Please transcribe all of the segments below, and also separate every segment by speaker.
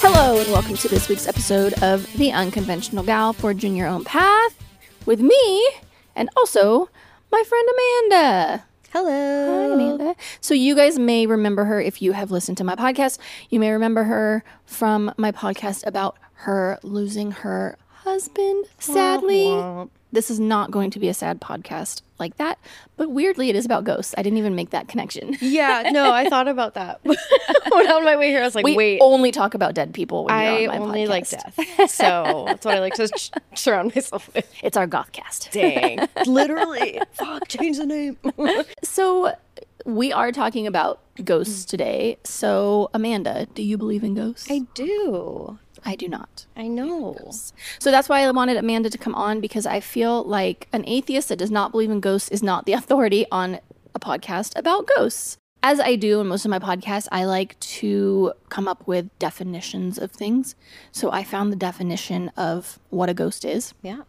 Speaker 1: Hello, and welcome to this week's episode of The Unconventional Gal, Forging Your Own Path, with me and also my friend Amanda. Hello. Hi, Amanda. So, you guys may remember her if you have listened to my podcast. You may remember her from my podcast about her losing her husband, sadly. This is not going to be a sad podcast like that, but weirdly, it is about ghosts. I didn't even make that connection.
Speaker 2: Yeah, no, I thought about that. when on my way here, I was like,
Speaker 1: We
Speaker 2: wait,
Speaker 1: only talk about dead people when
Speaker 2: I
Speaker 1: you're on my
Speaker 2: only
Speaker 1: podcast.
Speaker 2: like death. So that's what I like to sh- surround myself with.
Speaker 1: It's our gothcast.
Speaker 2: Dang. Literally. Fuck, change the name.
Speaker 1: So we are talking about ghosts today. So Amanda, do you believe in ghosts?
Speaker 2: Mm. I do.
Speaker 1: I do not.
Speaker 2: I know.
Speaker 1: So that's why I wanted Amanda to come on because I feel like an atheist that does not believe in ghosts is not the authority on a podcast about ghosts. As I do in most of my podcasts, I like to come up with definitions of things. So I found the definition of what a ghost is.
Speaker 2: Yeah.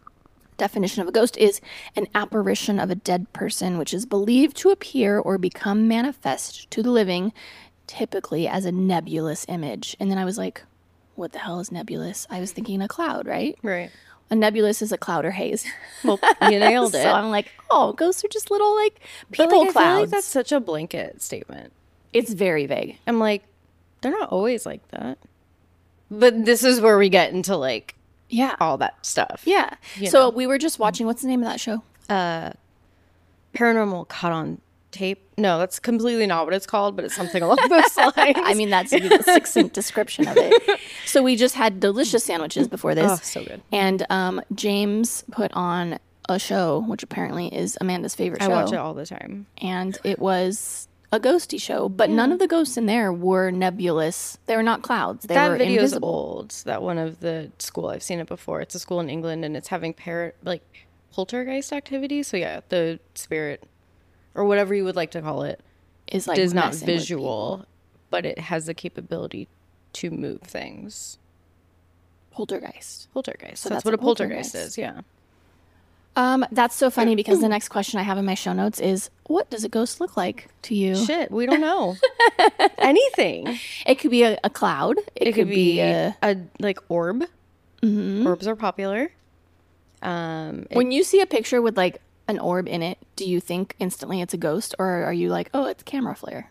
Speaker 1: definition of a ghost is an apparition of a dead person which is believed to appear or become manifest to the living typically as a nebulous image and then i was like what the hell is nebulous i was thinking a cloud right
Speaker 2: Right.
Speaker 1: a nebulous is a cloud or haze
Speaker 2: Well, you nailed it.
Speaker 1: so i'm like oh ghosts are just little like
Speaker 2: But,
Speaker 1: people
Speaker 2: like, I feel
Speaker 1: clouds
Speaker 2: like that's such a blanket statement.
Speaker 1: it's very vague
Speaker 2: I'm like, they're not always like that. But this is where we get into like
Speaker 1: yeah
Speaker 2: all that stuff.
Speaker 1: yeah so we were just watching what's the name of that show
Speaker 2: Paranormal caught on tape. No, that's completely not what it's called, but it's something along those lines.
Speaker 1: I mean, that's the succinct description of it. So we just had delicious sandwiches before this.
Speaker 2: Oh, so good.
Speaker 1: And um, James put on a show, which apparently is Amanda's favorite show.
Speaker 2: I watch it all the time.
Speaker 1: And it was a ghosty show, but none of the ghosts in there were nebulous. They were not clouds. They were
Speaker 2: that video is
Speaker 1: invisible.
Speaker 2: old. That one of the school I've seen it before. It's a school in England, and it's having par like poltergeist activities. So yeah, the spirit or whatever you would like to call it
Speaker 1: Is like
Speaker 2: is not
Speaker 1: messing with
Speaker 2: visual, but it has the capability to move things.
Speaker 1: poltergeist.
Speaker 2: Poltergeist.
Speaker 1: So that's
Speaker 2: that's, what
Speaker 1: a
Speaker 2: a poltergeist,
Speaker 1: poltergeist.
Speaker 2: is. Yeah.
Speaker 1: Um, that's so funny because the next question I have in my show notes is, "What does a ghost look like to you?"
Speaker 2: Shit, we don't know anything.
Speaker 1: It could be a, a cloud. It,
Speaker 2: It, could, be,
Speaker 1: a,
Speaker 2: a, Mm-hmm. like orb. Orbs are popular. Um,
Speaker 1: When you see a picture with like an orb in it, do you think instantly it's a ghost or are you like, oh, it's camera flare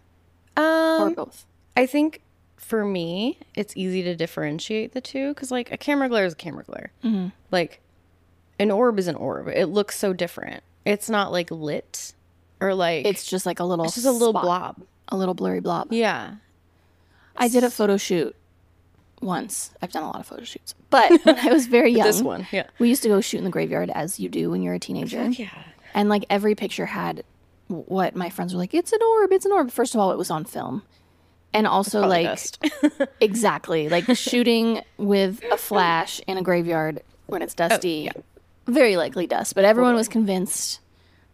Speaker 1: or
Speaker 2: um,
Speaker 1: both?
Speaker 2: I think for me, it's easy to differentiate the two because, like, a camera glare is a camera glare. Like, an orb is an orb. It looks so different. It's not like lit or like
Speaker 1: It's just like a little,
Speaker 2: it's just a little
Speaker 1: spot,
Speaker 2: blob.
Speaker 1: a little blurry blob.
Speaker 2: Yeah,
Speaker 1: I did a photo shoot once. I've done a lot of photo shoots, but when I was very young,
Speaker 2: this one. Yeah.
Speaker 1: we used to go shoot in the graveyard as you do when you're a teenager.
Speaker 2: Yeah.
Speaker 1: And like every picture had what my friends were like, it's an orb, it's an orb. First of all, it was on film. And also, like,
Speaker 2: Dust.
Speaker 1: Exactly. Like shooting with a flash in a graveyard when it's
Speaker 2: Oh,
Speaker 1: dusty. Very likely dust, but everyone was convinced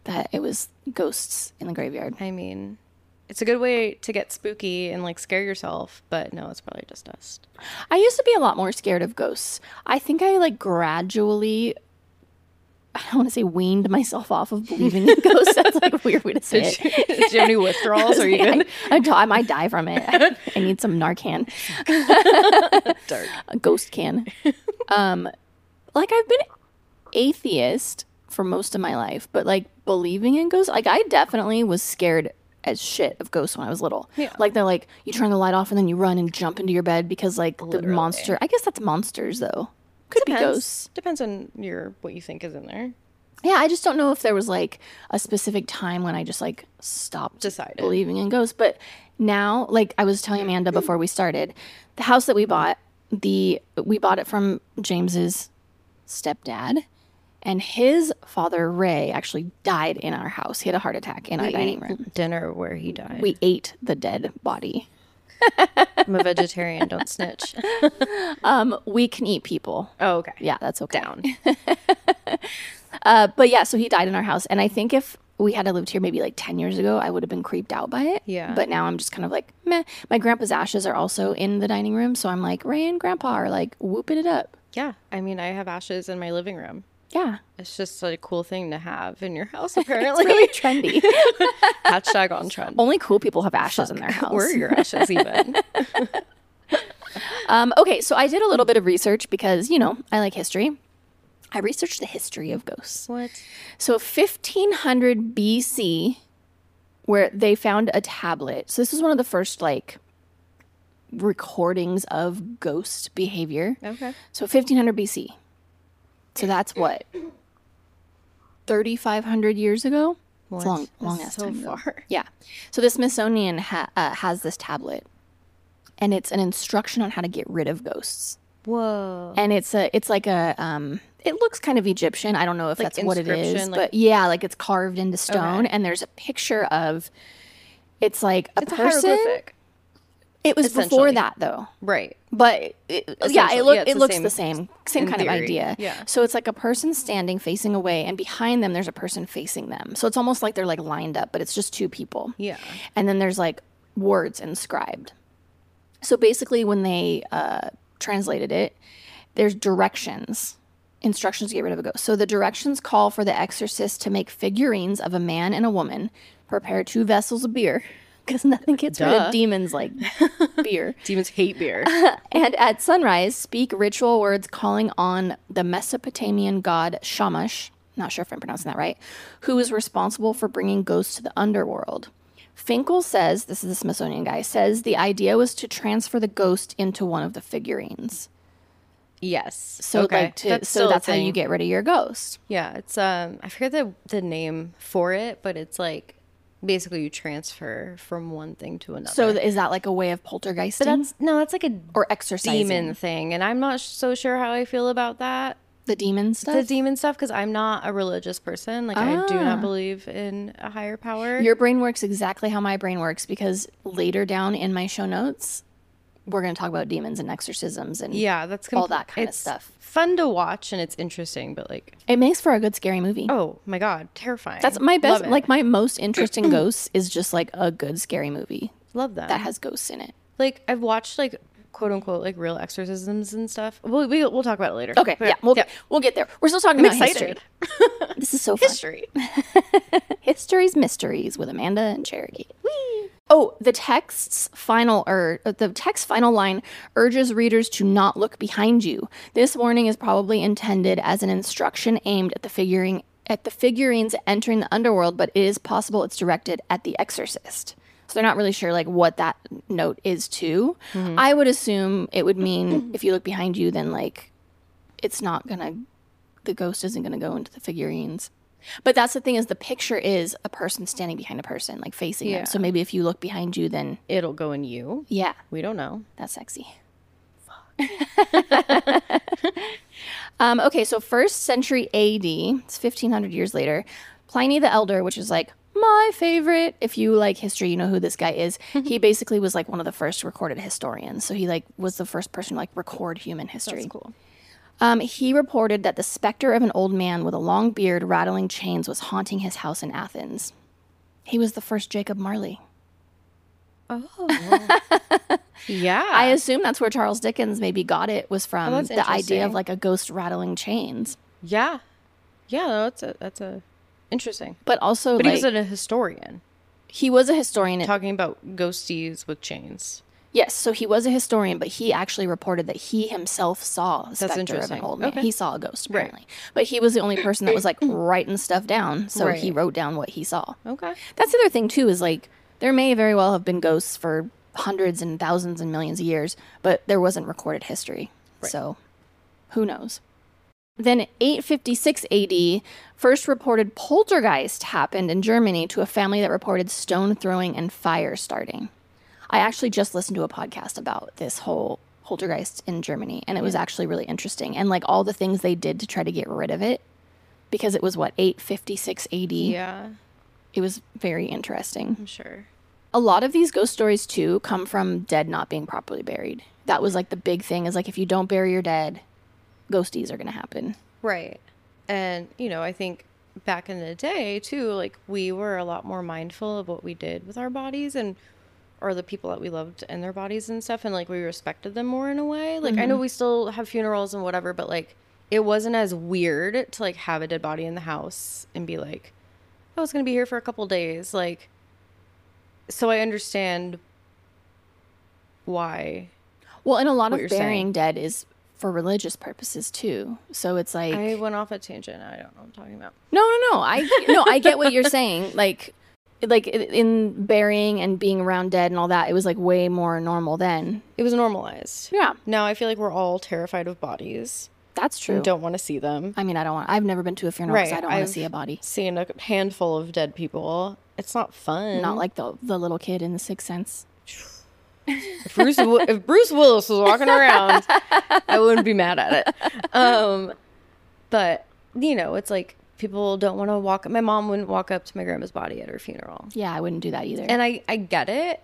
Speaker 1: that it was ghosts in the graveyard.
Speaker 2: I mean, it's a good way to get spooky and like scare yourself, but no, it's probably just dust.
Speaker 1: I used to be a lot more scared of ghosts. I think I like gradually I don't want to say weaned myself off of believing in ghosts. That's like a weird way to say it.
Speaker 2: Do you have any withdrawals? Are you
Speaker 1: I,
Speaker 2: good?
Speaker 1: I, di- I might die from it. I, need some Narcan,
Speaker 2: Dark.
Speaker 1: a ghost can. Um, like I've been atheist for most of my life, but like believing in ghosts, like I definitely was scared as shit of ghosts when I was little. Like they're like you turn the light off and then you run and jump into your bed because like the monster. I guess that's monsters though. Could be ghosts.
Speaker 2: Depends on your what you think is in there.
Speaker 1: Yeah, I just don't know if there was like a specific time when I just like stopped
Speaker 2: Decided.
Speaker 1: believing in ghosts. But now, like I was telling Amanda before we started, the house that we bought, the we bought it from James's stepdad, and his father Ray actually died in our house. He had a heart attack in our dining room.
Speaker 2: Dinner where he died.
Speaker 1: We ate the dead body.
Speaker 2: I'm a vegetarian. Don't snitch.
Speaker 1: Um, we can eat people.
Speaker 2: Oh, okay.
Speaker 1: Yeah, that's okay.
Speaker 2: Down.
Speaker 1: Uh, but yeah, so he died in our house, and I think if we had lived here maybe like ten years ago, I would have been creeped out by it.
Speaker 2: Yeah.
Speaker 1: But now I'm just kind of like, meh. My grandpa's ashes are also in the dining room, so I'm like, Ray and Grandpa are like whooping it up.
Speaker 2: Yeah. I mean, I have ashes in my living room.
Speaker 1: Yeah.
Speaker 2: It's just a cool thing to have in your house, apparently.
Speaker 1: Really trendy.
Speaker 2: Hashtag on trend.
Speaker 1: Only cool people have ashes in their house.
Speaker 2: Where are your ashes even?
Speaker 1: Um, okay, so I did a little bit of research because, you know, I like history. I researched the history of ghosts.
Speaker 2: what?
Speaker 1: So 1500 BC, where they found a tablet. So this is one of the first, like, recordings of ghost behavior.
Speaker 2: Okay.
Speaker 1: So 1500 BC. So that's what? 3,500 years ago? It's
Speaker 2: What?
Speaker 1: a long,
Speaker 2: That's
Speaker 1: long ass
Speaker 2: so
Speaker 1: time ago.
Speaker 2: far.
Speaker 1: Yeah. So the Smithsonian ha- uh, has this tablet, and it's an instruction on how to get rid of ghosts.
Speaker 2: Whoa.
Speaker 1: And it's a, it's like a, um, it looks kind of Egyptian. I don't know if that's what it is,
Speaker 2: inscription, like-
Speaker 1: but yeah, like it's carved into stone, and there's a picture of. It's like a
Speaker 2: It's a
Speaker 1: person.
Speaker 2: hieroglyphic.
Speaker 1: it was before
Speaker 2: essentially.
Speaker 1: that though.
Speaker 2: Right.
Speaker 1: But it, yeah, it,
Speaker 2: Essentially,
Speaker 1: look,
Speaker 2: yeah, it's
Speaker 1: it
Speaker 2: the
Speaker 1: looks
Speaker 2: same
Speaker 1: the same, same
Speaker 2: in
Speaker 1: kind of
Speaker 2: theory.
Speaker 1: idea.
Speaker 2: Yeah.
Speaker 1: So it's like a person standing facing away, and behind them there's a person facing them. So it's almost like they're like lined up, but it's just two people.
Speaker 2: Yeah.
Speaker 1: And then there's like words inscribed. So basically, when they uh, translated it, there's directions, instructions to get rid of a ghost. So the directions call for the exorcist to make figurines of a man and a woman, prepare two vessels of beer, because nothing gets rid
Speaker 2: Duh.
Speaker 1: of demons like beer
Speaker 2: Demons hate beer.
Speaker 1: and at sunrise, speak ritual words calling on the Mesopotamian god Shamash, not sure if I'm pronouncing that right, who is responsible for bringing ghosts to the underworld. Finkel says, this is the Smithsonian guy, says the idea was to transfer the ghost into one of the figurines.
Speaker 2: yes.
Speaker 1: So like to, so
Speaker 2: still a
Speaker 1: that's how you
Speaker 2: thing.
Speaker 1: get rid of your ghost.
Speaker 2: Yeah, it's um I forget the the name for it, but it's like basically you transfer from one thing to another.
Speaker 1: So th- is that like a way of poltergeisting
Speaker 2: that's no, that's like a
Speaker 1: or exorcising
Speaker 2: demon thing, and I'm not so sure how I feel about that.
Speaker 1: the demon stuff?
Speaker 2: The demon stuff because I'm not a religious person. Like I do
Speaker 1: Ah.
Speaker 2: not believe in a higher power.
Speaker 1: Your brain works exactly how my brain works because later down in my show notes, we're going to talk about demons and exorcisms and
Speaker 2: yeah, that's
Speaker 1: all that kind of
Speaker 2: it's
Speaker 1: stuff.
Speaker 2: Fun to watch and it's interesting, but like
Speaker 1: It makes for a good scary movie.
Speaker 2: oh my god, terrifying.
Speaker 1: That's my best,
Speaker 2: Love it.
Speaker 1: like my most interesting ghosts is just like a good scary movie
Speaker 2: love them.
Speaker 1: that has ghosts in it.
Speaker 2: like I've watched like quote unquote like real exorcisms and stuff. We'll we, we'll talk about it later.
Speaker 1: Okay,
Speaker 2: But-
Speaker 1: yeah, we'll we'll get there. We're still talking about
Speaker 2: excited.
Speaker 1: history. This is so fun.
Speaker 2: history.
Speaker 1: History's Mysteries with Amanda and Cherokee. Oh, the text's final or the text final line urges readers to not look behind you. This warning is probably intended as an instruction aimed at the figuring at the figurines entering the underworld, but it is possible it's directed at the exorcist. So they're not really sure like what that note is to. I would assume it would mean if you look behind you then like it's not going to the ghost isn't going to go into the figurines. But that's the thing is the picture is a person standing behind a person, like facing them. So maybe if you look behind you, then
Speaker 2: It'll go in you.
Speaker 1: yeah,
Speaker 2: We don't know.
Speaker 1: that's sexy. um, okay, so first century AD, it's fifteen hundred years later. Pliny the Elder, which is like my favorite. If you like history, you know who this guy is. he basically was like one of the first recorded historians. So he like was the first person to like record human history.
Speaker 2: cool.
Speaker 1: Um, he reported that the specter of an old man with a long beard rattling chains was haunting his house in Athens. He was the first Jacob Marley.
Speaker 2: Oh. yeah. Oh,
Speaker 1: I assume that's where Charles Dickens maybe got it was from
Speaker 2: that's
Speaker 1: the idea of
Speaker 2: interesting.
Speaker 1: like a ghost rattling chains.
Speaker 2: yeah. Yeah, no, that's a that's a interesting.
Speaker 1: But also
Speaker 2: But
Speaker 1: like
Speaker 2: he was a historian
Speaker 1: a historian.
Speaker 2: talking about ghosties with chains.
Speaker 1: yes, so he was a historian, but he actually reported that he himself saw a specter of an
Speaker 2: interesting.
Speaker 1: old man.
Speaker 2: Okay.
Speaker 1: He saw a ghost apparently. But he was the only person that was like writing stuff down. So he
Speaker 2: Right.
Speaker 1: wrote down what he saw.
Speaker 2: Okay.
Speaker 1: That's the other thing too is like there may very well have been ghosts for hundreds and thousands and millions of years, but there wasn't recorded history. So who knows? Then 856 AD, first reported poltergeist happened in Germany to a family that reported stone throwing and fire starting. I actually just listened to a podcast about this whole poltergeist in Germany, and it was actually really interesting. And like all the things they did to try to get rid of it, because it was what 856 AD.
Speaker 2: Yeah,
Speaker 1: It was very interesting.
Speaker 2: I'm sure.
Speaker 1: A lot of these ghost stories too come from dead not being properly buried. That was like the big thing is like if you don't bury your dead, ghosties are gonna happen.
Speaker 2: Right. And, you know, I think back in the day too, like we were a lot more mindful of what we did with our bodies and or the people that we loved and their bodies and stuff and like we respected them more in a way. Like I know we still have funerals and whatever, but like it wasn't as weird to like have a dead body in the house and be like, I was gonna be here for a couple days. Like so I understand why.
Speaker 1: Well, and a lot
Speaker 2: What
Speaker 1: of
Speaker 2: you're
Speaker 1: burying
Speaker 2: saying.
Speaker 1: dead is for religious purposes too. So it's like
Speaker 2: I went off a tangent. I don't know what I'm talking about.
Speaker 1: No, no, no. I no, I get what you're saying. Like like i- in burying and being around dead and all that, it was like way more normal then.
Speaker 2: It was normalized.
Speaker 1: Yeah,
Speaker 2: Now I feel like we're all terrified of bodies.
Speaker 1: that's true.
Speaker 2: and don't want to see them.
Speaker 1: I mean, I don't want. I've never been to a funeral because
Speaker 2: Right,
Speaker 1: I don't want
Speaker 2: I've-
Speaker 1: to see a body.
Speaker 2: Seeing a handful of dead people, it's not fun.
Speaker 1: Not like the the little kid in the Sixth Sense.
Speaker 2: if Bruce, Wi- if Bruce Willis was walking around, I wouldn't be mad at it. Um, but you know, it's like people don't want to walk. My mom wouldn't walk up to my grandma's body at her funeral,
Speaker 1: Yeah, I wouldn't do that either.
Speaker 2: and I I get it.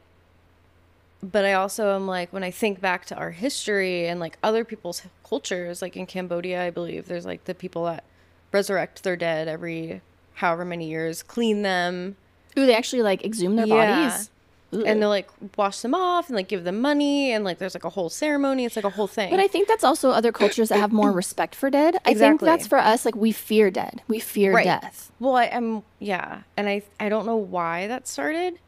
Speaker 2: But I also am like when I think back to our history and like other people's cultures, like in Cambodia, I believe there's like the people that resurrect their dead every however many years, clean them,
Speaker 1: Ooh, they actually like exhume their
Speaker 2: Yeah.
Speaker 1: bodies. Mm-hmm.
Speaker 2: and they'll like wash them off and like give them money and like there's like a whole ceremony it's like a whole thing
Speaker 1: But I think that's also other cultures that have more respect for dead. I think
Speaker 2: Exactly.
Speaker 1: that's for us. Like we fear dead. We fear
Speaker 2: Right.
Speaker 1: death.
Speaker 2: well I, i'm yeah and i i don't know why that started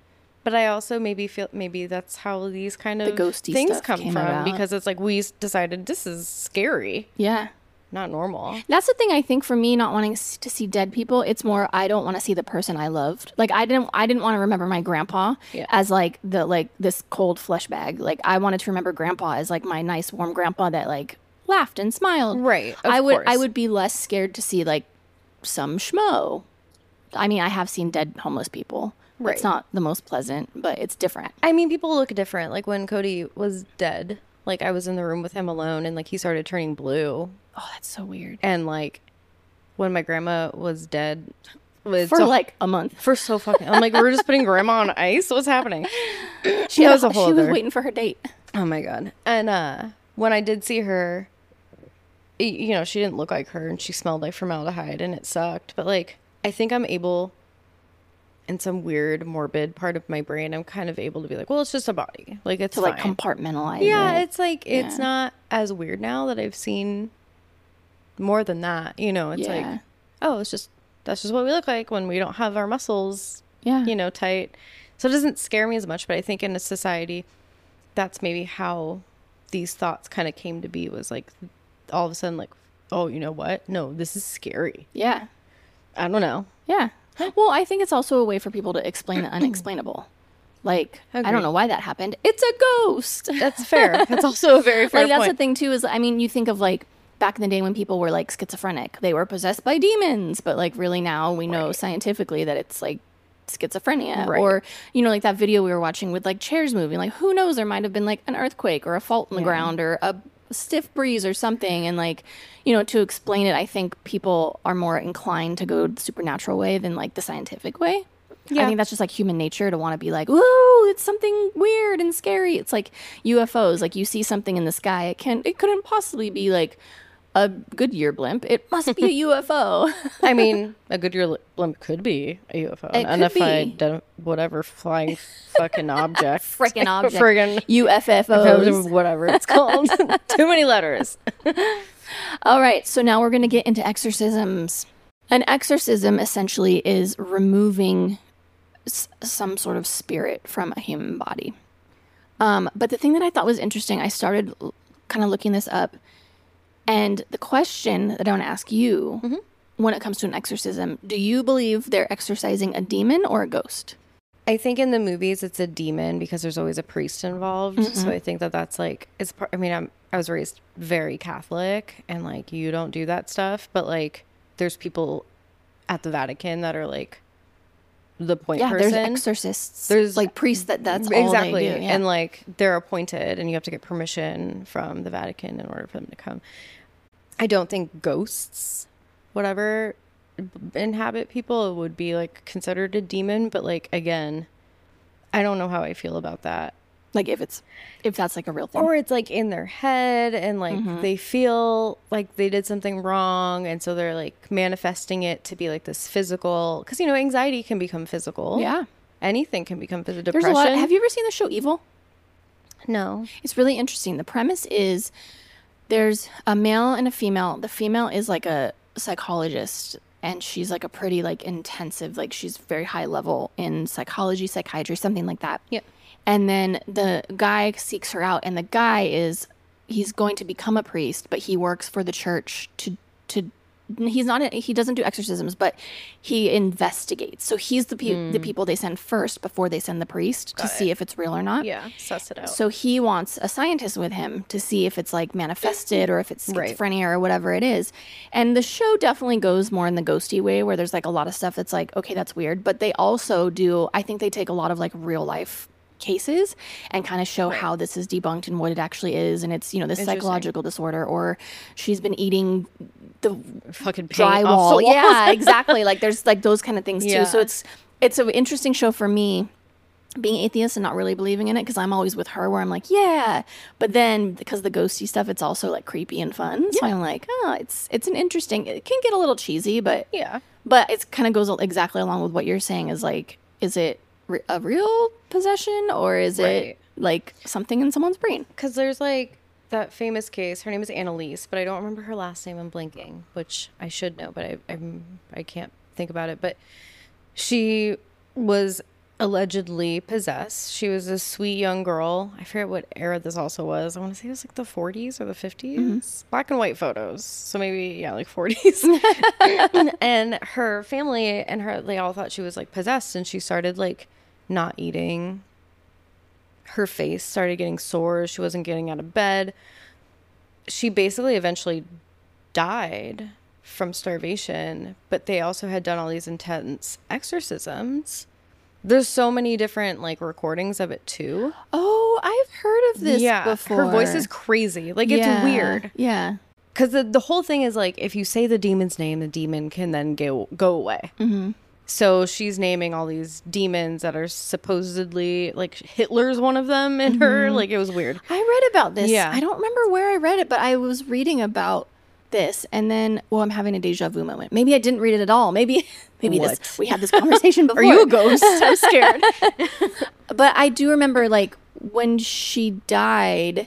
Speaker 2: but i also maybe feel maybe that's how these kind of
Speaker 1: ghosty
Speaker 2: things
Speaker 1: stuff
Speaker 2: come
Speaker 1: came
Speaker 2: from
Speaker 1: about.
Speaker 2: because it's like we s- decided this is scary
Speaker 1: Yeah.
Speaker 2: not normal
Speaker 1: That's the thing I think for me not wanting s- to see dead people, it's more I don't want to see the person I loved. Like I didn't I didn't want to remember my grandpa
Speaker 2: Yeah.
Speaker 1: as like the like this cold flesh bag. Like I wanted to remember grandpa as like my nice warm grandpa that like laughed and smiled.
Speaker 2: Right, of
Speaker 1: I would I
Speaker 2: course.
Speaker 1: would be less scared to see like some schmo. I mean, I have seen dead homeless people.
Speaker 2: Right.
Speaker 1: It's not the most pleasant, but it's different.
Speaker 2: i mean people look different like when cody was dead like i was in the room with him alone and like he started turning blue
Speaker 1: Oh, that's so weird.
Speaker 2: and like when my grandma was dead was
Speaker 1: For
Speaker 2: a
Speaker 1: like a month.
Speaker 2: First, so fucking. I'm like, we're just putting grandma on ice. What's happening? She has a whole
Speaker 1: she was
Speaker 2: other.
Speaker 1: waiting for her date.
Speaker 2: Oh my god. And uh, when I did see her, y- you know, she didn't look like her, and she smelled like formaldehyde, and it sucked. But like, I think I'm able, in some weird morbid part of my brain, I'm kind of able to be like, well, it's just a body. Like it's
Speaker 1: To like
Speaker 2: fine.
Speaker 1: compartmentalize.
Speaker 2: yeah,
Speaker 1: it.
Speaker 2: it's like it's not as weird now that I've seen more than that. You know, it's
Speaker 1: Yeah.
Speaker 2: like, oh, it's just that's just what we look like when we don't have our muscles
Speaker 1: yeah.
Speaker 2: you know, tight. So it doesn't scare me as much, but I think in a society, that's maybe how these thoughts kind of came to be was like all of a sudden, like, oh, you know what? No, this is scary.
Speaker 1: Yeah.
Speaker 2: I don't know.
Speaker 1: Yeah. Well, I think it's also a way for people to explain the unexplainable. Like, I
Speaker 2: Agreed.
Speaker 1: don't know why that happened. It's a ghost.
Speaker 2: That's fair. that's also a very fair
Speaker 1: like, that's the
Speaker 2: point.
Speaker 1: thing, too, is I mean, you think of like back in the day when people were like schizophrenic, they were possessed by demons, but like really now we know scientifically that it's like schizophrenia
Speaker 2: Right.
Speaker 1: or you know like that video we were watching with like chairs moving like who knows there might have been like an earthquake or a fault in the ground or a stiff breeze or something and like you know to explain it i think people are more inclined to go the supernatural way than like the scientific way i
Speaker 2: Yeah.
Speaker 1: think that's just like human nature to want to be like ooh it's something weird and scary it's like ufos like you see something in the sky it can it couldn't possibly be like a Goodyear blimp. It must be a UFO.
Speaker 2: I mean, a Goodyear li- blimp could be a UFO,
Speaker 1: It
Speaker 2: an
Speaker 1: could be.
Speaker 2: unidentified whatever flying fucking object,
Speaker 1: Freaking object.
Speaker 2: Frickin'
Speaker 1: UFFOs.
Speaker 2: whatever it's called. Too many letters.
Speaker 1: All right, so now we're going to get into exorcisms. An exorcism essentially is removing s- some sort of spirit from a human body. Um, but the thing that I thought was interesting, I started l- kind of looking this up, and the question that I want to ask you when it comes to an exorcism do you believe they're exorcising a demon or a ghost?
Speaker 2: I think in the movies it's a demon because there's always a priest involved.
Speaker 1: Mm-hmm.
Speaker 2: So I think that that's like it's part. I mean, I'm I was raised very Catholic, and like you don't do that stuff. But like, there's people at the Vatican that are like the point
Speaker 1: Yeah,
Speaker 2: person.
Speaker 1: there's exorcists. There's
Speaker 2: There's-
Speaker 1: like priests that that's all
Speaker 2: exactly
Speaker 1: they do. Yeah.
Speaker 2: and like they're appointed and you have to get permission from the vatican in order for them to come i don't think ghosts whatever b- inhabit people would be like considered a demon but like again i don't know how i feel about that
Speaker 1: like if it's if that's like a real thing.
Speaker 2: or it's like in their head and like
Speaker 1: Mm-hmm.
Speaker 2: they feel like they did something wrong and so they're like manifesting it to be like this physical because you know anxiety can become physical
Speaker 1: yeah.
Speaker 2: anything can become physical
Speaker 1: There's
Speaker 2: depression
Speaker 1: a lot. Have you ever seen the show Evil?
Speaker 2: no
Speaker 1: It's really interesting. The premise is there's a male and a female. The female is like a psychologist and she's like a pretty like intensive like she's very high level in psychology, psychiatry, something like that.
Speaker 2: Yeah.
Speaker 1: And then the guy seeks her out and the guy is he's going to become a priest, but he works for the church to to he's not a, he doesn't do exorcisms, but he investigates. So he's the pe- the people they send first before they send the priest to see if it's real or not.
Speaker 2: yeah suss it out
Speaker 1: So he wants a scientist with him to see if it's like manifested or if it's
Speaker 2: Right.
Speaker 1: schizophrenia or whatever it is. And the show definitely goes more in the ghosty way where there's like a lot of stuff that's like, okay, that's weird. But they also do, I think they take a lot of like real life cases and kind of show how this is debunked and what it actually is. And it's, you know, this psychological disorder or she's been eating the
Speaker 2: fucking paint off the
Speaker 1: drywall.
Speaker 2: walls.
Speaker 1: Yeah, exactly. Like there's like those kind of things too.
Speaker 2: Yeah.
Speaker 1: So it's it's an interesting show for me being atheist and not really believing in it because I'm always with her where I'm like, yeah. But then because the ghosty stuff, it's also like creepy and fun. So I'm like, oh, it's it's an interesting. It can get a little cheesy, but
Speaker 2: Yeah.
Speaker 1: but it kind of goes al- exactly along with what you're saying. Is like, is it re- a real possession or is it
Speaker 2: Right.
Speaker 1: like something in someone's brain?
Speaker 2: Because there's like that famous case. Her name is Annalise, but I don't remember her last name. I'm blinking, which I should know, but I I'm, I can't think about it. But she was allegedly possessed. She was a sweet young girl. I forget what era this also was. I want to say it was like the 40s or the 50s. Black and white photos. So maybe yeah, like 40s. and her family and her they all thought she was like possessed and she started like not eating her face started getting sore. She wasn't getting out of bed. She basically eventually died from starvation, but they also had done all these intense exorcisms. There's so many different like recordings of it too.
Speaker 1: Oh, I've heard of this before.
Speaker 2: her voice is crazy. Like it's
Speaker 1: Yeah.
Speaker 2: weird
Speaker 1: Yeah.
Speaker 2: because the, the whole thing is like if you say the demon's name, the demon can then go go away. Mm-hmm. So she's naming all these demons that are supposedly like Hitler's one of them in
Speaker 1: Mm-hmm.
Speaker 2: her. Like it was weird.
Speaker 1: I read about this.
Speaker 2: Yeah.
Speaker 1: I don't remember where I read it, but I was reading about this and then well I'm having a deja vu moment. Maybe I didn't read it at all. Maybe maybe this
Speaker 2: What?
Speaker 1: we had this conversation before.
Speaker 2: Are you a ghost? I'm scared.
Speaker 1: But I do remember like when she died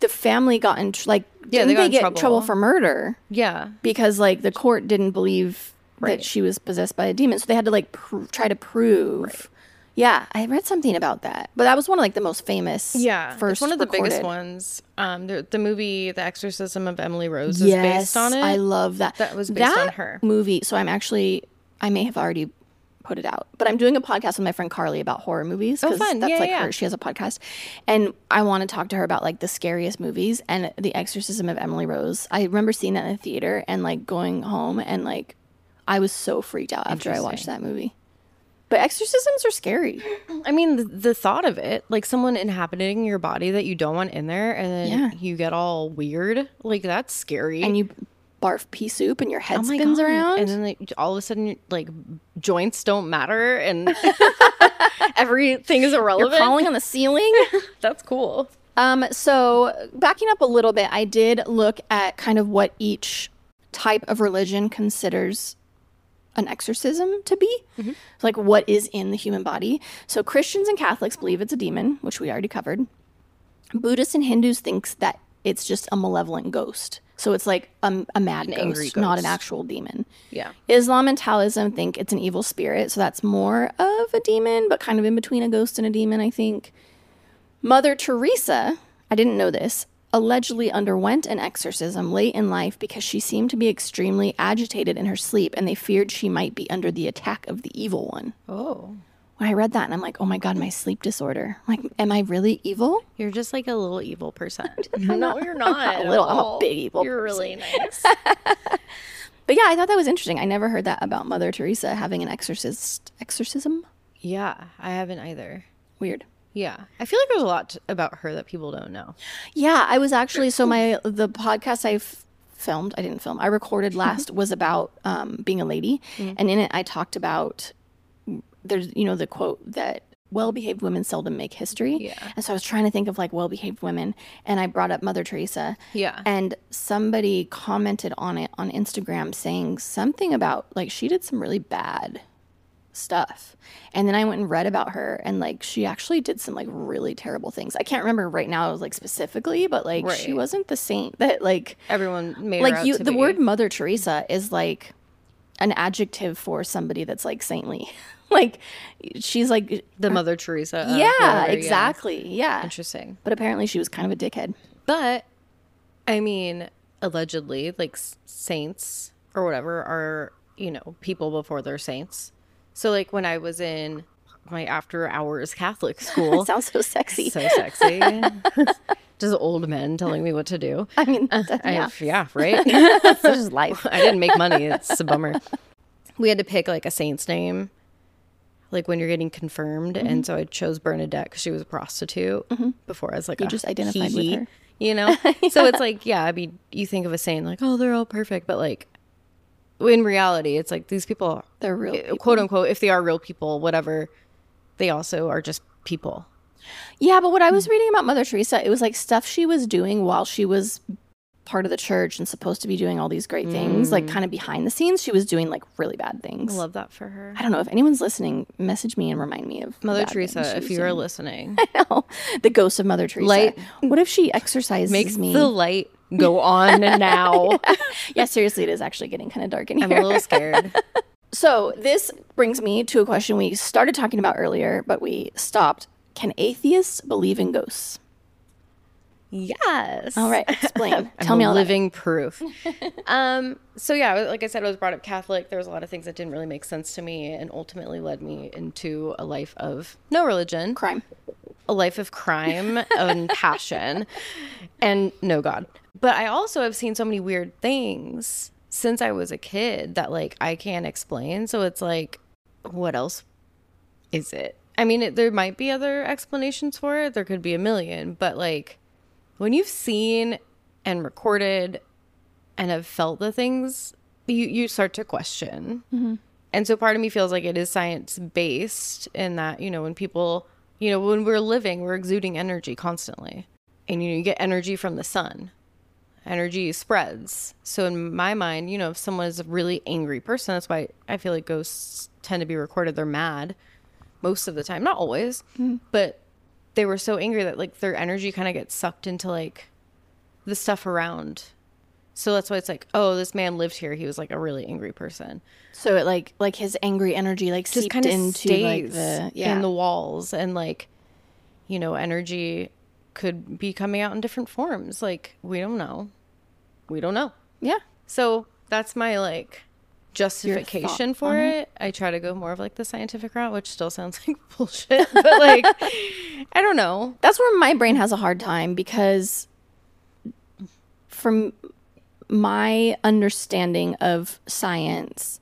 Speaker 1: the family got in tr- like
Speaker 2: Yeah,
Speaker 1: didn't
Speaker 2: they got in
Speaker 1: get
Speaker 2: trouble.
Speaker 1: trouble for murder
Speaker 2: yeah.
Speaker 1: because like the court didn't believe that
Speaker 2: Right.
Speaker 1: she was possessed by a demon. So they had to like pr- try to prove Yeah, I read something about that. But that was one of like the most famous
Speaker 2: Yeah.
Speaker 1: first
Speaker 2: it's one of the biggest
Speaker 1: recorded-
Speaker 2: ones. Um, the, the movie The Exorcism of Emily Rose
Speaker 1: yes,
Speaker 2: is based on it.
Speaker 1: I love that.
Speaker 2: That was based on
Speaker 1: That
Speaker 2: her.
Speaker 1: movie. So I'm actually, I may have already put it out, but I'm doing a podcast with my friend Carly about horror movies.
Speaker 2: Oh,
Speaker 1: 'cause
Speaker 2: fun.
Speaker 1: That's
Speaker 2: Yeah,
Speaker 1: like
Speaker 2: yeah,
Speaker 1: her.
Speaker 2: yeah.
Speaker 1: She has a podcast, and I want to talk to her about like the scariest movies and The Exorcism of Emily Rose. I remember seeing that in the theater and like going home and like I was so freaked out after I watched that movie. But exorcisms are scary.
Speaker 2: I mean, the, the thought of it, like someone inhabiting your body that you don't want in there, and then
Speaker 1: Yeah.
Speaker 2: you get all weird. Like that's scary.
Speaker 1: and you barf pea soup and your head
Speaker 2: Oh my
Speaker 1: spins
Speaker 2: God.
Speaker 1: around.
Speaker 2: and then like, all of a sudden, like joints don't matter, and everything is
Speaker 1: you're
Speaker 2: irrelevant.
Speaker 1: crawling on the ceiling.
Speaker 2: that's cool.
Speaker 1: Um, so backing up a little bit, I did look at kind of what each type of religion considers an exorcism to be,
Speaker 2: Mm-hmm.
Speaker 1: like what is in the human body. So Christians and Catholics believe it's a demon, which we already covered. Buddhists and Hindus thinks that it's just a malevolent ghost. So it's like um, a, a mad ghost,
Speaker 2: angry
Speaker 1: not an
Speaker 2: ghost.
Speaker 1: actual demon.
Speaker 2: Yeah.
Speaker 1: Islam and Taoism think it's an evil spirit, so that's more of a demon, but kind of in between a ghost and a demon, I think. Mother Teresa, I didn't know this, allegedly underwent an exorcism late in life because she seemed to be extremely agitated in her sleep and they feared she might be under the attack of the evil one.
Speaker 2: Oh,
Speaker 1: When I read that and I'm like, oh my God, my sleep disorder. Like, am I really evil?
Speaker 2: you're just like a little evil person. no, you're not.
Speaker 1: a
Speaker 2: at
Speaker 1: little. I'm a
Speaker 2: all.
Speaker 1: big evil
Speaker 2: You're really nice.
Speaker 1: But yeah, Yeah, I thought that was interesting. I never heard that about Mother Teresa having an exorcist exorcism.
Speaker 2: Yeah, I haven't either.
Speaker 1: Weird.
Speaker 2: Yeah, I feel like there's a lot t- about her that people don't know.
Speaker 1: Yeah, I was actually so my the podcast I f- filmed, I didn't film. I recorded last was about um, being a lady, and in it I talked about there's you know the quote that well-behaved women seldom make history.
Speaker 2: Yeah.
Speaker 1: And so I was trying to think of like well-behaved women, and I brought up Mother Teresa.
Speaker 2: Yeah.
Speaker 1: And somebody commented on it on Instagram saying something about like she did some really bad stuff. And then I went and read about her and like she actually did some like really terrible things. I can't remember right now like specifically, but like she
Speaker 2: Right.
Speaker 1: wasn't the saint that like
Speaker 2: Everyone made her
Speaker 1: like
Speaker 2: out
Speaker 1: you
Speaker 2: to
Speaker 1: the
Speaker 2: be.
Speaker 1: word Mother Teresa is like an adjective for somebody that's like saintly. like she's like
Speaker 2: the Mother Teresa. of
Speaker 1: yeah,
Speaker 2: whatever,
Speaker 1: exactly. Yeah.
Speaker 2: Interesting,
Speaker 1: But apparently she was kind of a dickhead.
Speaker 2: but I mean, allegedly, like s- saints or whatever are you know people before they're saints. So like when I was in my after hours Catholic school,
Speaker 1: It sounds so sexy.
Speaker 2: so sexy. Just old men telling me what to do.
Speaker 1: I mean,
Speaker 2: I-
Speaker 1: yeah.
Speaker 2: yeah, right.
Speaker 1: That's just life.
Speaker 2: I didn't make money. It's a bummer. We had to pick like a saint's name, like when you're getting confirmed.
Speaker 1: Mm-hmm.
Speaker 2: And so I chose Bernadette because she was a prostitute before I was like, you
Speaker 1: just identified with her.
Speaker 2: You know? So it's like, yeah, I mean, you think of a saint like, oh, they're all perfect. But like, in reality, it's like these people,
Speaker 1: They're real. people.
Speaker 2: quote unquote, if they are real people, whatever, they also are just people.
Speaker 1: Yeah, but what I
Speaker 2: Mm.
Speaker 1: was reading about Mother Teresa, it was like stuff she was doing while she was part of the church and supposed to be doing all these great things, like kind of behind the scenes, she was doing like really bad things.
Speaker 2: Mm. Love that for her.
Speaker 1: I don't know if anyone's listening, message me and remind me of
Speaker 2: Mother
Speaker 1: bad things
Speaker 2: Teresa,
Speaker 1: she
Speaker 2: if
Speaker 1: was
Speaker 2: you are
Speaker 1: doing.
Speaker 2: listening,
Speaker 1: No, the ghost of Mother Teresa.
Speaker 2: Light-
Speaker 1: what if she exercises
Speaker 2: makes
Speaker 1: me?
Speaker 2: the light go on now.
Speaker 1: yeah, seriously, it is actually getting kind of dark in here.
Speaker 2: I'm a little scared.
Speaker 1: So this brings me to a question we started talking about earlier, but we stopped. Can atheists believe in ghosts?
Speaker 2: Yes.
Speaker 1: All right, explain.
Speaker 2: I'm
Speaker 1: Tell me all that.
Speaker 2: living proof. um, so yeah, I was- like I said, I was brought up Catholic. There was a lot of things that didn't really make sense to me, and ultimately led me into a life of no religion,
Speaker 1: crime.
Speaker 2: a life of crime and passion, and no God. But I also have seen so many weird things since I was a kid that like I can't explain. So it's like, what else is it? I mean, it, there might be other explanations for it. There could be a million, but like when you've seen and recorded and have felt the things, you you start to question. And so part of me feels like it is science based in that you know when people you know when we're living, we're exuding energy constantly, and you know you get energy from the sun. Energy spreads. So in my mind, you know, if someone is a really angry person, that's why I feel like ghosts tend to be recorded. They're mad most of the time, not always, but they were so angry that like their energy kind of gets sucked into like the stuff around. So that's why it's like, oh, this man lived here. He was like a really angry person.
Speaker 1: So it like like his angry energy like
Speaker 2: Just
Speaker 1: seeped
Speaker 2: kind of
Speaker 1: into
Speaker 2: stays
Speaker 1: like the yeah
Speaker 2: in the walls and like, you know, energy could be coming out in different forms. Like we don't know. We don't know.
Speaker 1: yeah
Speaker 2: So that's my like justification for it. I try to go more of like the scientific route, which still sounds like bullshit, but like I don't know.
Speaker 1: that's where my brain has a hard time because from my understanding of science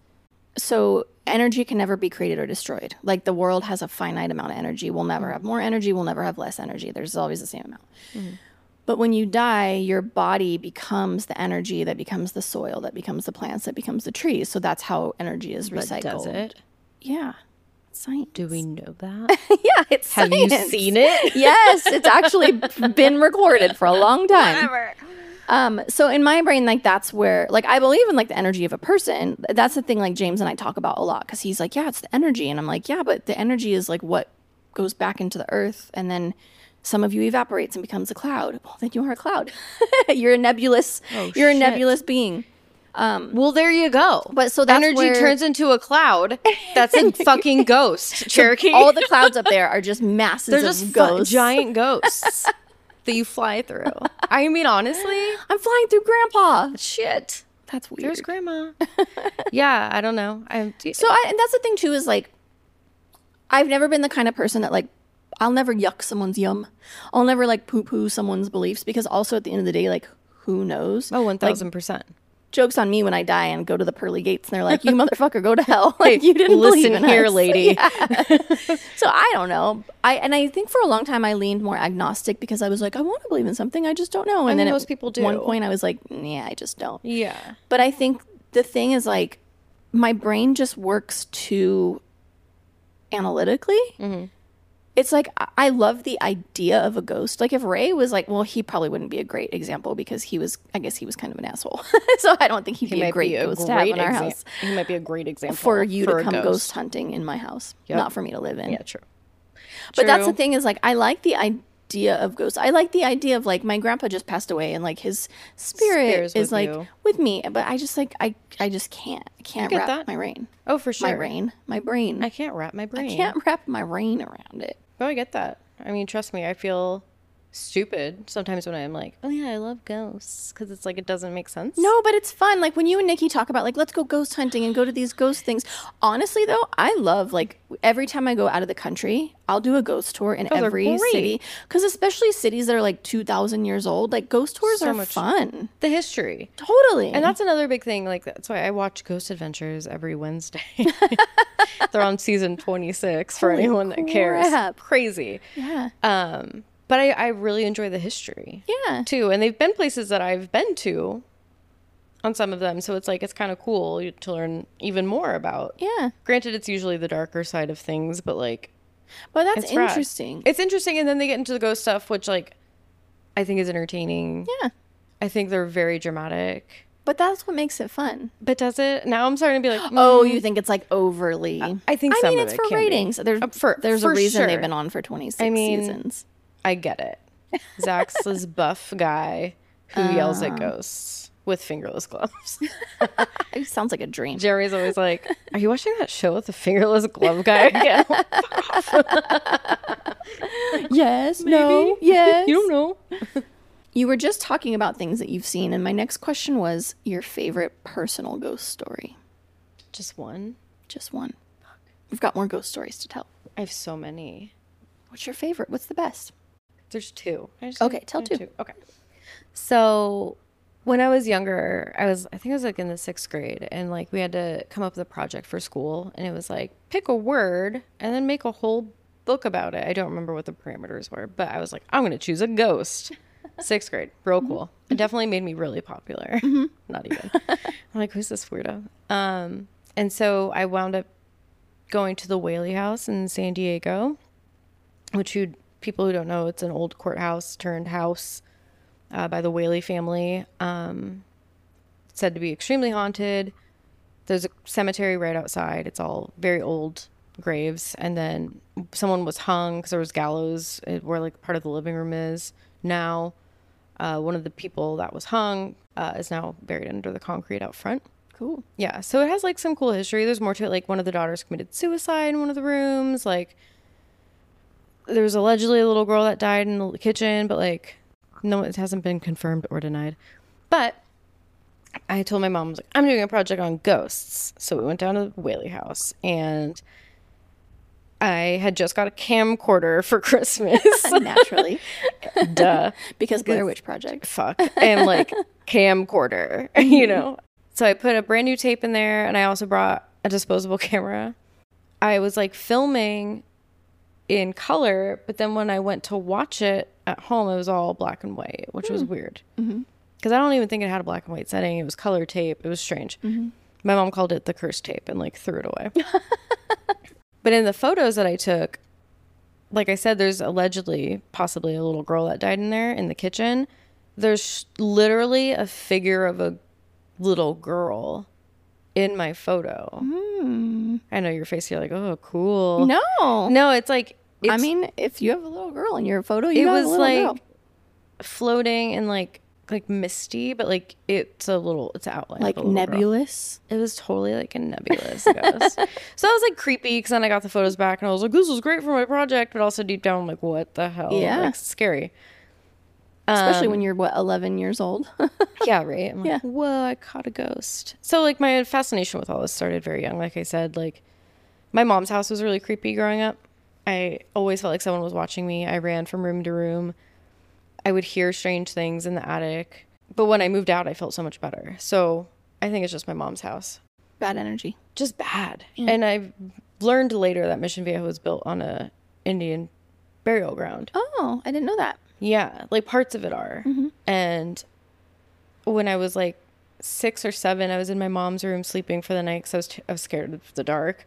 Speaker 1: so energy can never be created or destroyed like the world has a finite amount of energy we'll never have more energy we'll never have less energy there's always the same amount but when you die your body becomes the energy that becomes the soil that becomes the plants that becomes the trees so that's how energy is
Speaker 2: But
Speaker 1: recycled
Speaker 2: does it?
Speaker 1: yeah science
Speaker 2: Do we know that?
Speaker 1: yeah it's
Speaker 2: Have you
Speaker 1: science.
Speaker 2: seen it?
Speaker 1: yes, it's actually been recorded for a long time. Um, so in my brain, like that's where, like, I believe in like the energy of a person. That's the thing, like James and I talk about a lot because he's like, yeah, it's the energy, and I'm like, yeah, but the energy is like what goes back into the earth, and then some of you evaporates and becomes a cloud. Well, then you are a cloud. you're a nebulous. you're a
Speaker 2: Oh, shit.
Speaker 1: nebulous being.
Speaker 2: Well, there you go.
Speaker 1: But so that's
Speaker 2: energy
Speaker 1: where-
Speaker 2: turns into a cloud. That's a fucking ghost, Cherokee.
Speaker 1: All the clouds up there are just masses
Speaker 2: They're
Speaker 1: of
Speaker 2: just fu-
Speaker 1: ghosts.
Speaker 2: giant ghosts that you fly through. I mean, honestly,
Speaker 1: I'm flying through Grandpa.
Speaker 2: shit.
Speaker 1: That's weird.
Speaker 2: There's grandma. yeah, I don't know. I
Speaker 1: So I, and that's the thing too is like, I've never been the kind of person that like, I'll never yuck someone's yum. I'll never like poo poo someone's beliefs because also at the end of the day, like, who knows?
Speaker 2: oh, one
Speaker 1: Like,
Speaker 2: thousand percent.
Speaker 1: jokes on me when I die and go to the pearly gates and they're like, "You motherfucker, go to hell!" Like you didn't
Speaker 2: Listen
Speaker 1: believe in
Speaker 2: here,
Speaker 1: us.
Speaker 2: lady.
Speaker 1: Yeah. so I don't know. I and I think for a long time I leaned more agnostic because I was like, I want to believe in something, I just don't know. And
Speaker 2: mean,
Speaker 1: then at
Speaker 2: most people do.
Speaker 1: One point I was like, "Mm, yeah, I just don't.
Speaker 2: Yeah.
Speaker 1: But I think the thing is like my brain just works too analytically. It's like I- I love the idea of a ghost. Like if Ray was like, well, he probably wouldn't be a great example because he was, I guess he was kind of an asshole. so I don't think he'd be a great ghost to have in our
Speaker 2: exam-
Speaker 1: house
Speaker 2: He might be a great example
Speaker 1: for you
Speaker 2: for
Speaker 1: to
Speaker 2: a
Speaker 1: come ghost. hunting in my house, not for me to live in.
Speaker 2: Yeah, true.
Speaker 1: But that's the
Speaker 2: True.
Speaker 1: thing is like I like the idea of ghosts. I like the idea of like my grandpa just passed away and like his spirit
Speaker 2: Spirit's
Speaker 1: is
Speaker 2: with
Speaker 1: like
Speaker 2: you.
Speaker 1: with me. But I just like I I just can't I can't
Speaker 2: get
Speaker 1: wrap
Speaker 2: that.
Speaker 1: my brain
Speaker 2: Oh, for sure.
Speaker 1: my brain my brain
Speaker 2: I
Speaker 1: I
Speaker 2: can't wrap my brain.
Speaker 1: can't wrap my brain around it.
Speaker 2: Oh, I get that. I mean, trust me, I feel stupid sometimes when I'm like, oh yeah, I love ghosts because it's like it doesn't make sense.
Speaker 1: No, but it's fun. Like when you and Nikki talk about like let's go ghost hunting and go to these ghost things. Honestly though, I love like every time I go out of the country, I'll do a ghost tour in
Speaker 2: are
Speaker 1: every
Speaker 2: Oh, great.
Speaker 1: city cuz especially cities that are like 2000 years old, like ghost tours
Speaker 2: So
Speaker 1: are
Speaker 2: much-
Speaker 1: fun.
Speaker 2: the history.
Speaker 1: Totally.
Speaker 2: And that's another big thing. Like that's why I watch Ghost Adventures every Wednesday. They're on season twenty six for
Speaker 1: Holy
Speaker 2: anyone that cares.
Speaker 1: crap.
Speaker 2: Crazy.
Speaker 1: yeah.
Speaker 2: Um, but I, I really enjoy the history.
Speaker 1: Yeah.
Speaker 2: too. And they've been places that I've been to on some of them. So it's like, it's kind of cool to learn even more about.
Speaker 1: Yeah.
Speaker 2: Granted, it's usually the darker side of things, but like,
Speaker 1: But that's
Speaker 2: it's rad.
Speaker 1: interesting.
Speaker 2: It's interesting. And then they get into the ghost stuff, which like I think is entertaining.
Speaker 1: yeah.
Speaker 2: I think they're very dramatic.
Speaker 1: But that's what makes it fun.
Speaker 2: But does it? Now I'm starting to be like,
Speaker 1: Oh,
Speaker 2: mm,
Speaker 1: you think it's like overly.
Speaker 2: I think
Speaker 1: I
Speaker 2: some
Speaker 1: mean,
Speaker 2: of
Speaker 1: it's
Speaker 2: it
Speaker 1: for
Speaker 2: can be.
Speaker 1: ratings. There's,
Speaker 2: Uh, for-
Speaker 1: there's
Speaker 2: for
Speaker 1: a reason
Speaker 2: sure.
Speaker 1: they've been on for 26
Speaker 2: I mean-
Speaker 1: seasons.
Speaker 2: I get it. Zach's this buff guy who yells
Speaker 1: Ah.
Speaker 2: at ghosts with fingerless gloves.
Speaker 1: It sounds like a dream.
Speaker 2: Jerry's always like, "Are you watching that show with the fingerless glove guy again?"
Speaker 1: yes. No. Yes.
Speaker 2: you don't know.
Speaker 1: You were just talking about things that you've seen, and my next question was your favorite personal ghost story.
Speaker 2: Just one.
Speaker 1: Just one. We've got more ghost stories to tell.
Speaker 2: I have so many.
Speaker 1: What's your favorite? What's the best?
Speaker 2: There's two. I just-
Speaker 1: Okay, tell
Speaker 2: I have
Speaker 1: two.
Speaker 2: Okay. So when I was younger, I was I think I was like in the sixth grade, and like we had to come up with a project for school, and it was like pick a word and then make a whole book about it. I don't remember what the parameters were, but I was like, I'm gonna choose a ghost. sixth grade, real cool. It definitely made me really popular. Not even. I'm like, who's this weirdo? Um, and so I wound up going to the Whaley House in San Diego, which who people who don't know, it's an old courthouse turned house uh, by the Whaley family. Um, it's said to be extremely haunted. There's a cemetery right outside. It's all very old graves, and then someone was hung because there was gallows uh, where like part of the living room is now. Uh, one of the people that was hung uh, is now buried under the concrete out front.
Speaker 1: Cool.
Speaker 2: Yeah, so it has like some cool history. There's more to it. Like one of the daughters committed suicide in one of the rooms. Like there was allegedly a little girl that died in the kitchen, but like no, it hasn't been confirmed or denied. But I told my mom, I was like, I'm doing a project on ghosts. So we went down to the Whaley House and I had just got a camcorder for Christmas.
Speaker 1: Naturally,
Speaker 2: Duh
Speaker 1: because Blair Witch Project.
Speaker 2: fuck and like camcorder, you know. So I put a brand new tape in there and I also brought a disposable camera. I was like filming in color, but then when I went to watch it at home, it was all black and white, which was weird. Because I don't even think it had a black and white setting. It was color tape. It was strange. My mom called it the curse tape and like threw it away. but in the photos that I took, like I said, there's allegedly possibly a little girl that died in there in the kitchen. There's literally a figure of a little girl in my photo. I know your face. You're like, oh, cool.
Speaker 1: No.
Speaker 2: no, it's like
Speaker 1: I
Speaker 2: it's
Speaker 1: mean, if you have a little girl in your photo, you
Speaker 2: It
Speaker 1: got
Speaker 2: was
Speaker 1: a little
Speaker 2: like-
Speaker 1: girl.
Speaker 2: floating and like like misty, but like it's a little it's an outline, of
Speaker 1: like
Speaker 2: a little girl.
Speaker 1: nebulous.
Speaker 2: It was totally like a nebulous ghost. So that was like creepy because then I got the photos back and I was like, this was great for my project, but also deep down, I'm like, what the hell?
Speaker 1: Yeah.
Speaker 2: Like, scary.
Speaker 1: Especially
Speaker 2: um,
Speaker 1: when you're what 11 years old.
Speaker 2: yeah, right. I'm like,
Speaker 1: Yeah.
Speaker 2: whoa, I caught a ghost. So like my fascination with all this started very young. Like I said, like my mom's house was really creepy growing up. I always felt like someone was watching me. I ran from room to room. I would hear strange things in the attic. But when I moved out, I felt so much better. So I think it's just my mom's house.
Speaker 1: Bad energy.
Speaker 2: Just bad. And I've learned later that Mission Viejo was built on a Indian burial ground.
Speaker 1: Oh, I didn't know that.
Speaker 2: Yeah, like parts of it are.
Speaker 1: Mm-hmm.
Speaker 2: And when I was like six or seven, I was in my mom's room sleeping for the night because I was t- I was scared of the dark.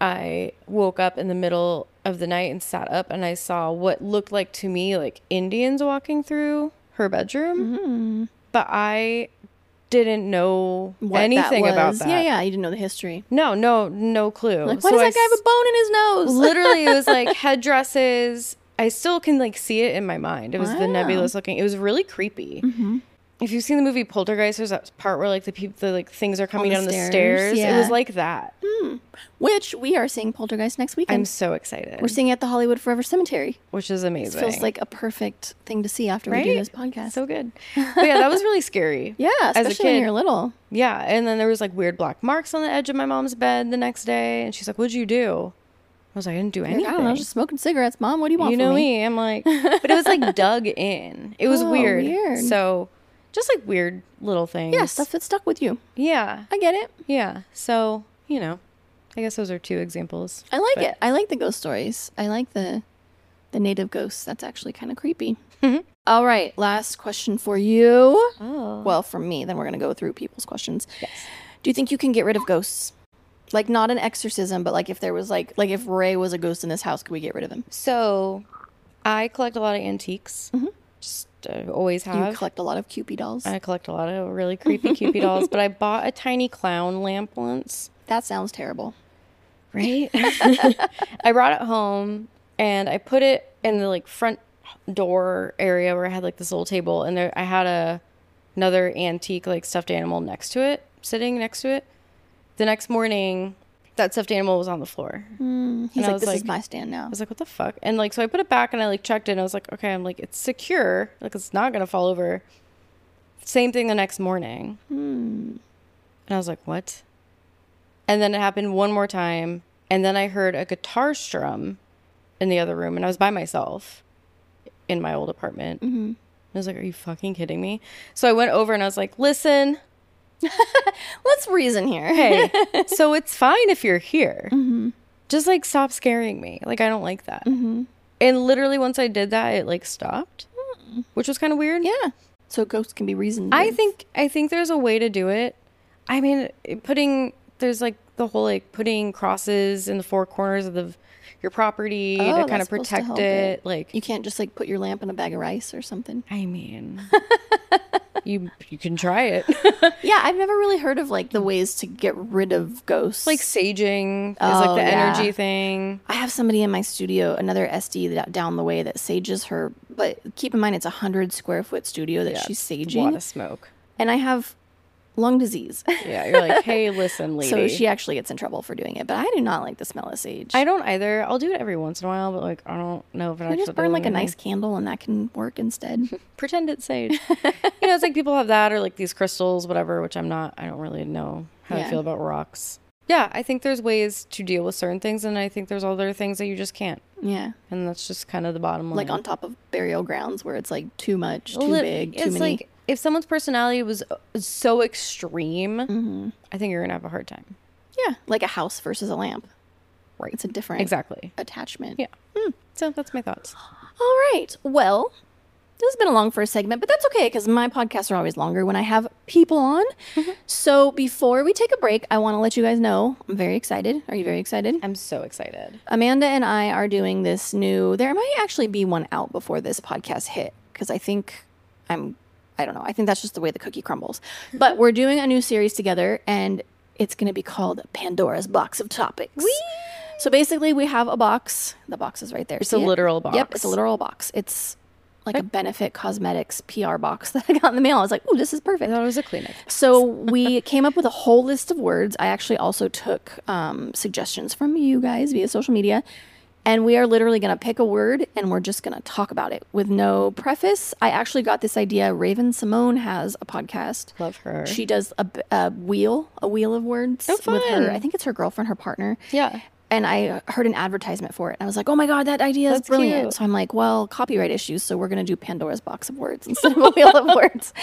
Speaker 2: I woke up in the middle of the night and sat up, and I saw what looked like to me like Indians walking through her bedroom, but I didn't know
Speaker 1: Mm-hmm. What that
Speaker 2: anything about
Speaker 1: was.
Speaker 2: that.
Speaker 1: Yeah, yeah. You didn't know the history.
Speaker 2: No, no, no clue.
Speaker 1: Like, why
Speaker 2: So
Speaker 1: does
Speaker 2: I
Speaker 1: that guy have a bone in his nose?
Speaker 2: literally it was like headdresses i still can like see it in my mind it was
Speaker 1: Wow. Mm-hmm.
Speaker 2: the nebulous looking it was really creepy if you've seen the movie poltergeist there's that part where like the people the like things are coming
Speaker 1: the
Speaker 2: down
Speaker 1: stairs,
Speaker 2: the stairs it was
Speaker 1: yeah. Hmm.
Speaker 2: like that
Speaker 1: Which we are seeing Poltergeist next weekend.
Speaker 2: i'm so excited
Speaker 1: We're seeing it at the Hollywood Forever Cemetery.
Speaker 2: which is amazing
Speaker 1: Feels like a perfect thing to see after we do this podcast.
Speaker 2: so good but yeah that was really scary
Speaker 1: yeah,
Speaker 2: as
Speaker 1: especially
Speaker 2: a
Speaker 1: when
Speaker 2: kid
Speaker 1: you're little.
Speaker 2: yeah and then there was like weird black marks on the edge of my mom's bed the next day and she's like what'd you do i was like i didn't do
Speaker 1: You're
Speaker 2: anything
Speaker 1: Like, I don't know, just smoking cigarettes, mom. What do you want?
Speaker 2: you
Speaker 1: from
Speaker 2: know
Speaker 1: me?
Speaker 2: me. I'm like, but it was like dug in. It was
Speaker 1: Oh,
Speaker 2: weird.
Speaker 1: weird.
Speaker 2: So, just like weird little things.
Speaker 1: Yeah, stuff that stuck with you.
Speaker 2: Yeah.
Speaker 1: I get it.
Speaker 2: Yeah. So you know, I guess those are two examples.
Speaker 1: I like it. I like the ghost stories. I like the the native ghosts. That's actually kind of creepy. All right, last question for you.
Speaker 2: Mm-hmm. Oh.
Speaker 1: Well, from me, then we're gonna go through people's questions. Yes. Do you think you can get rid of ghosts? Like not an exorcism, but like if there was like like if Ray was a ghost in this house, could we get rid of him?
Speaker 2: So, I collect a lot of antiques. Just uh, always
Speaker 1: Mm-hmm. You
Speaker 2: have.
Speaker 1: collect a lot of Cupid dolls.
Speaker 2: I collect a lot of really creepy Cupid dolls, but I bought a tiny clown lamp once.
Speaker 1: that sounds terrible.
Speaker 2: right? I brought it home and I put it in the like front door area where I had like this little table and there I had a another antique like stuffed animal next to it, sitting next to it. The next morning, that stuffed animal was on the floor.
Speaker 1: Mm, He's
Speaker 2: I
Speaker 1: like,
Speaker 2: was
Speaker 1: this is
Speaker 2: like-
Speaker 1: my stand now.
Speaker 2: I was like, what the fuck? And like, so I put it back and I like checked it and I was like, okay, I'm like, it's secure. Like, it's not going to fall over. Same thing the next morning. And I was like, what? And then it happened one more time. And then I heard a guitar strum in the other room and I was by myself in my old apartment. And I was like, are you fucking kidding me? So I went over and I was like, listen,
Speaker 1: Let's reason here.
Speaker 2: hey, so it's fine if you're here.
Speaker 1: Mm-hmm.
Speaker 2: Just like stop scaring me. Like I don't like that. And literally, once I did that, it like stopped, which was kind of weird.
Speaker 1: Hmm. Yeah. So ghosts can be reasoned.
Speaker 2: I
Speaker 1: with.
Speaker 2: think I think there's a way to do it. I mean, it- putting there's like the whole like putting crosses in the four corners of the your property
Speaker 1: Oh,
Speaker 2: to kind
Speaker 1: that's
Speaker 2: of
Speaker 1: supposed to
Speaker 2: protect
Speaker 1: help
Speaker 2: it.
Speaker 1: it.
Speaker 2: Like
Speaker 1: you can't just like put your lamp in a bag of rice or something.
Speaker 2: I mean, you you can try it.
Speaker 1: Yeah, I've never really heard of like the ways to get rid of ghosts.
Speaker 2: like saging is
Speaker 1: Oh,
Speaker 2: like the
Speaker 1: yeah.
Speaker 2: energy thing.
Speaker 1: I have somebody in my studio, another SD that- down the way that sages her, but keep in mind it's a hundred square foot studio that she's
Speaker 2: A lot
Speaker 1: saging,
Speaker 2: of smoke.
Speaker 1: and I have lung disease,
Speaker 2: Yeah, you're like, hey, listen, lady.
Speaker 1: so she actually gets in trouble for doing it. But I do not like the smell of sage.
Speaker 2: I don't either. I'll do it every once in a while, but like I don't know if it
Speaker 1: I
Speaker 2: actually
Speaker 1: just burn like a
Speaker 2: does anything.
Speaker 1: nice candle, and that can work instead.
Speaker 2: pretend it's sage. you know, it's like people have that or like these crystals, whatever. Which I'm not. I don't really know how
Speaker 1: Yeah.
Speaker 2: I feel about rocks. Yeah, I think there's ways to deal with certain things, and I think there's other things that you just can't.
Speaker 1: yeah,
Speaker 2: And that's just kind of the bottom line.
Speaker 1: like on top of burial grounds where it's like too much, too
Speaker 2: Well, it-
Speaker 1: big, too
Speaker 2: it's
Speaker 1: many.
Speaker 2: like if someone's personality was uh, so extreme,
Speaker 1: Mm-hmm.
Speaker 2: I think you're gonna have a hard time.
Speaker 1: yeah, like a house versus a lamp.
Speaker 2: Right.
Speaker 1: It's a different
Speaker 2: Exactly.
Speaker 1: attachment.
Speaker 2: Yeah. So that's my thoughts.
Speaker 1: All right. Well, this has been a long first segment, but that's okay because my podcasts are always longer when I have people on. So before we take a break, I want to let you guys know I'm very excited. Are you very excited?
Speaker 2: I'm so excited.
Speaker 1: Amanda and I are doing this new. There might actually be one out before this podcast hit because I think I'm. I don't know. I think that's just the way the cookie crumbles. But we're doing a new series together, and it's going to be called Pandora's Box of Topics. So basically, we have a box. The box is right there. It's
Speaker 2: a literal
Speaker 1: Yep,
Speaker 2: box.
Speaker 1: it's a literal box. It's like a benefit cosmetics PR box that I got in the mail. I was like, "Ooh, this is perfect."
Speaker 2: That was a clinic.
Speaker 1: So we came up with a whole list of words. I actually also took um, suggestions from you guys via social media. And we are literally going to pick a word and we're just going to talk about it with no preface. I actually got this idea. Raven Simone has a podcast.
Speaker 2: Love her. Oh,
Speaker 1: She does a, b- a wheel, a wheel of words with her.
Speaker 2: fun.
Speaker 1: I think it's her girlfriend, her partner.
Speaker 2: Yeah.
Speaker 1: and I heard an advertisement for it. I was like, oh my God, that idea is
Speaker 2: That's
Speaker 1: brilliant.
Speaker 2: cute.
Speaker 1: So I'm like, well, copyright issues. So we're going to do Pandora's box of words instead of a wheel of words.